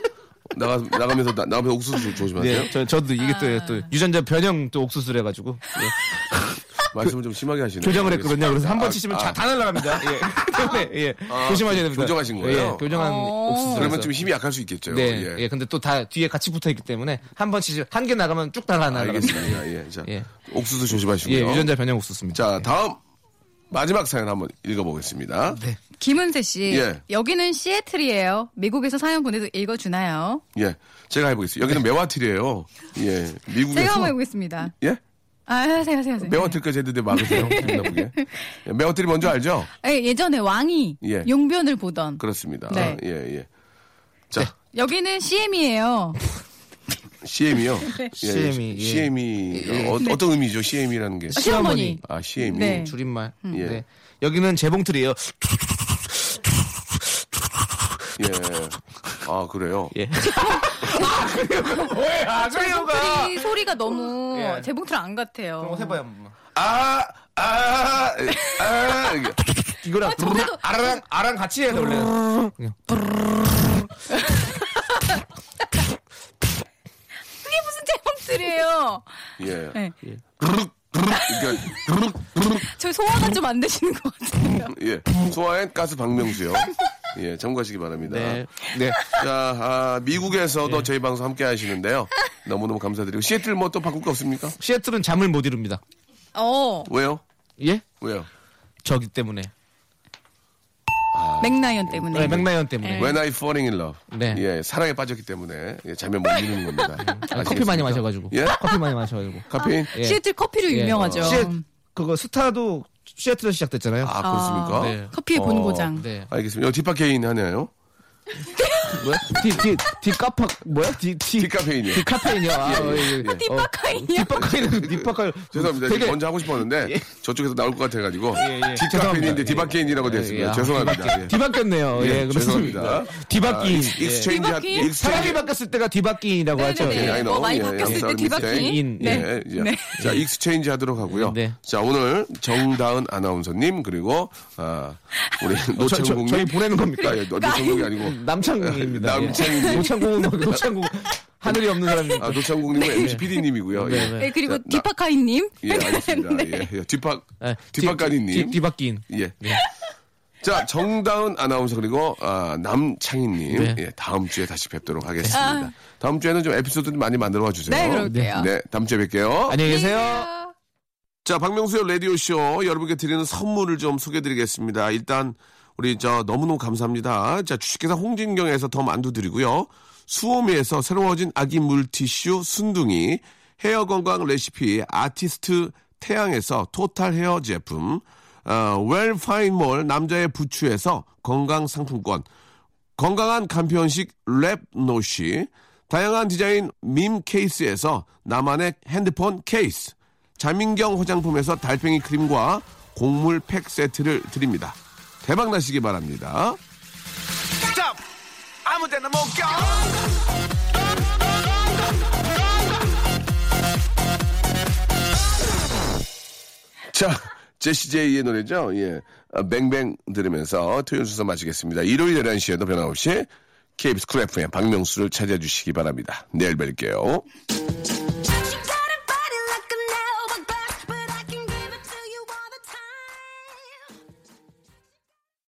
[SPEAKER 3] 나가, 나가면서, 나, 나가면서 옥수수 조심하세요.
[SPEAKER 6] 네, 저, 저도 이게
[SPEAKER 4] 아.
[SPEAKER 6] 또, 또 유전자 변형 또 옥수수를 해가지고 예.
[SPEAKER 3] 말씀을 좀 심하게 하시네요.
[SPEAKER 6] 교정을 그 했거든요. 그래서 한 번
[SPEAKER 3] 아,
[SPEAKER 6] 치시면
[SPEAKER 3] 아.
[SPEAKER 6] 자, 다 날라갑니다. 예. 때문에, 예.
[SPEAKER 3] 아,
[SPEAKER 6] 조심하셔야 됩니다.
[SPEAKER 3] 교정하신 거예요?
[SPEAKER 6] 예, 교정한
[SPEAKER 4] 어.
[SPEAKER 6] 옥수수.
[SPEAKER 3] 그러면 좀 힘이 약할 수 있겠죠.
[SPEAKER 6] 네,
[SPEAKER 3] 예.
[SPEAKER 6] 예. 근데 또 다 뒤에 같이 붙어 있기 때문에 한 번 치시면 한 개 나가면 쭉 다 날라갑니다.
[SPEAKER 3] 알겠습니다. 예. 자,
[SPEAKER 6] 예.
[SPEAKER 3] 옥수수
[SPEAKER 6] 예,
[SPEAKER 3] 조심하시고요.
[SPEAKER 6] 유전자 변형 옥수수입니다.
[SPEAKER 3] 자,
[SPEAKER 6] 예.
[SPEAKER 3] 다음 마지막 사연 한번 읽어보겠습니다.
[SPEAKER 6] 네.
[SPEAKER 4] 김은세 씨.
[SPEAKER 3] 예.
[SPEAKER 4] 여기는 시애틀이에요. 미국에서 사연 보내도 읽어주나요?
[SPEAKER 3] 예, 제가 해보겠습니다. 여기는 메와틸이에요. 예, 미국에서
[SPEAKER 4] 네. 제가 한번 해보겠습니다.
[SPEAKER 3] 예,
[SPEAKER 4] 아, 하세요, 하세요, 하세요.
[SPEAKER 3] 메와틸까지 했는데 막으세요.
[SPEAKER 4] 네.
[SPEAKER 3] 기분 나쁘게. 예, 메와틸이 뭔지 알죠?
[SPEAKER 4] 예, 예전에 왕이
[SPEAKER 3] 예.
[SPEAKER 4] 용변을 보던.
[SPEAKER 3] 그렇습니다.
[SPEAKER 4] 네.
[SPEAKER 3] 예, 예. 자,
[SPEAKER 4] 여기는 CM이에요.
[SPEAKER 3] CM이요.
[SPEAKER 4] 네.
[SPEAKER 6] CM이, 예.
[SPEAKER 3] CM이 어, 떤 의미죠? CM이라는 게.
[SPEAKER 4] 시어머니.
[SPEAKER 3] 아, CM이.
[SPEAKER 4] 네.
[SPEAKER 6] 음, 줄임말.
[SPEAKER 3] 예.
[SPEAKER 6] 네. 여기는 재봉틀이에요.
[SPEAKER 3] 예. 아, 그래요.
[SPEAKER 6] 예. 왜 아저씨가
[SPEAKER 4] 재봉틀이 소리가 너무
[SPEAKER 6] 예.
[SPEAKER 4] 재봉틀 안 같아요.
[SPEAKER 6] 해봐요. 한번.
[SPEAKER 3] 아, 아, 아. 이게.
[SPEAKER 6] 이거랑
[SPEAKER 4] 어, 저도-
[SPEAKER 6] 아랑 아랑 같이 해야 돼 원래. 그냥.
[SPEAKER 4] 그게 무슨 재봉틀이에요?
[SPEAKER 3] 예.
[SPEAKER 4] 네.
[SPEAKER 3] 그르륵, 그르륵, 그러니까 그르륵, 그르륵.
[SPEAKER 4] 저 소화가 좀 안 되시는 것 같아요.
[SPEAKER 3] 예. 소아엔 가스 박명수요. 예, 참고하시기 바랍니다.
[SPEAKER 6] 네. 네.
[SPEAKER 3] 자, 아, 미국에서도
[SPEAKER 6] 예.
[SPEAKER 3] 저희 방송 함께 하시는데요. 너무너무 감사드리고. 시애틀 뭐 또 바꿀 거 없습니까?
[SPEAKER 6] 시애틀은 잠을 못 이룹니다.
[SPEAKER 4] 어,
[SPEAKER 3] 왜요?
[SPEAKER 6] 예?
[SPEAKER 3] 왜요?
[SPEAKER 6] 저기 때문에.
[SPEAKER 4] 맥라이언 때문에.
[SPEAKER 6] 네, 맥라이언 때문에.
[SPEAKER 3] When I falling in love.
[SPEAKER 6] 네.
[SPEAKER 3] 예, 사랑에 빠졌기 때문에 예, 잠에 못 이루는 겁니다.
[SPEAKER 6] 아니,
[SPEAKER 3] 아시겠습니까?
[SPEAKER 6] 커피 많이 마셔가지고.
[SPEAKER 3] 예?
[SPEAKER 6] 커피 많이 마셔가지고.
[SPEAKER 3] 카페인?
[SPEAKER 6] 예.
[SPEAKER 4] 시애틀 커피로
[SPEAKER 6] 예.
[SPEAKER 4] 유명하죠.
[SPEAKER 6] 시애, 그거 스타도 시애틀에서 시작됐잖아요.
[SPEAKER 3] 아, 그렇습니까?
[SPEAKER 4] 아,
[SPEAKER 6] 네.
[SPEAKER 4] 커피의
[SPEAKER 3] 어.
[SPEAKER 4] 본고장.
[SPEAKER 6] 네.
[SPEAKER 3] 알겠습니다. 여기 디파케인 하나요?
[SPEAKER 6] 뭐야? 디, 디, 디 카파, 뭐야? 디, 디.
[SPEAKER 3] 디카페인이요.
[SPEAKER 6] 디카페인이요. 아, 예, 예. 어,
[SPEAKER 4] 디파카인이요?
[SPEAKER 6] 디파카인, 디파카인.
[SPEAKER 3] 죄송합니다.
[SPEAKER 6] 되게-
[SPEAKER 3] 먼저 하고 싶었는데 저쪽에서 나올 것 같아가지고
[SPEAKER 6] 예, 예.
[SPEAKER 3] 디카페인인데
[SPEAKER 6] 죄송합니다.
[SPEAKER 3] 디바케인이라고 되어
[SPEAKER 6] 예,
[SPEAKER 3] 있습니다.
[SPEAKER 6] 아,
[SPEAKER 3] 죄송합니다. 예. 아,
[SPEAKER 6] 디바뀌- 디바뀌었네요. 예,
[SPEAKER 3] 예,
[SPEAKER 6] 그렇습니다.
[SPEAKER 3] 죄송합니다.
[SPEAKER 6] 디바끼.
[SPEAKER 3] 익- 익스체인지 하-
[SPEAKER 4] 디바케인?
[SPEAKER 6] 사람이
[SPEAKER 3] 익스체인지
[SPEAKER 6] 바뀌었을 때가 디바끼라고 하죠.
[SPEAKER 4] 네네네.
[SPEAKER 6] 예.
[SPEAKER 3] I
[SPEAKER 4] 뭐
[SPEAKER 3] know.
[SPEAKER 4] 많이
[SPEAKER 3] 예,
[SPEAKER 4] 바뀌었을
[SPEAKER 3] 영상
[SPEAKER 4] 때 디바케인.
[SPEAKER 6] 인.
[SPEAKER 4] 네.
[SPEAKER 3] 예, 예.
[SPEAKER 4] 네.
[SPEAKER 3] 자, 익스체인지 하도록 하고요.
[SPEAKER 6] 네.
[SPEAKER 3] 자, 오늘 정다은 아나운서님 그리고 아, 우리
[SPEAKER 6] 어, 저- 저-
[SPEAKER 3] 노창국님
[SPEAKER 6] 저희 보내는 겁니까?
[SPEAKER 3] 아, 예, 노-
[SPEAKER 4] 그러니까
[SPEAKER 3] 노창국이 아니고
[SPEAKER 6] 음, 남창입니다.
[SPEAKER 3] 남창희 님.
[SPEAKER 6] 노창공, 노창공. 하늘이 없는 사람입니다.
[SPEAKER 3] 아, 노창국님은 MC PD님이고요. 예.
[SPEAKER 6] 네, 네.
[SPEAKER 4] 네, 그리고 네.
[SPEAKER 3] 자, 나-
[SPEAKER 4] 디파카인님.
[SPEAKER 3] 예, 알겠습니다. 예, 예. 뒷박
[SPEAKER 6] 예, 디- 디-
[SPEAKER 3] 뒷박가리님.
[SPEAKER 6] 디바끼인.
[SPEAKER 3] 예.
[SPEAKER 6] 네.
[SPEAKER 3] 자, 정다은 아나운서 그리고 아, 남창희님
[SPEAKER 6] 네.
[SPEAKER 3] 예, 다음 주에 다시 뵙도록 하겠습니다. 다음 주에는 좀 에피소드 좀 많이 만들어 와 주세요.
[SPEAKER 4] 아. 네, 그럴게요.
[SPEAKER 3] 네, 다음 주에 뵐게요.
[SPEAKER 6] 안녕히 계세요.
[SPEAKER 3] 자, 박명수의 라디오쇼 여러분께 드리는 선물을 좀 소개드리겠습니다. 일단, 우리 저 너무너무 감사합니다. 자, 주식회사 홍진경에서 더 만두 드리고요. 수오미에서 새로워진 아기 물티슈 순둥이, 헤어 건강 레시피 아티스트 태양에서 토탈 헤어 제품, 어, 웰파인몰 남자의 부추에서 건강 상품권, 건강한 간편식 랩노시, 다양한 디자인 밈 케이스에서 나만의 핸드폰 케이스, 자민경 화장품에서 달팽이 크림과 곡물 팩 세트를 드립니다. 대박 나시기 바랍니다. 자, 제시제이의 노래죠. 예. 아, 뱅뱅 들으면서 토요일 순서 마치겠습니다. 일요일 11시에도 변함없이 KBS 쿨 FM 박명수를 찾아주시기 바랍니다. 내일 뵐게요.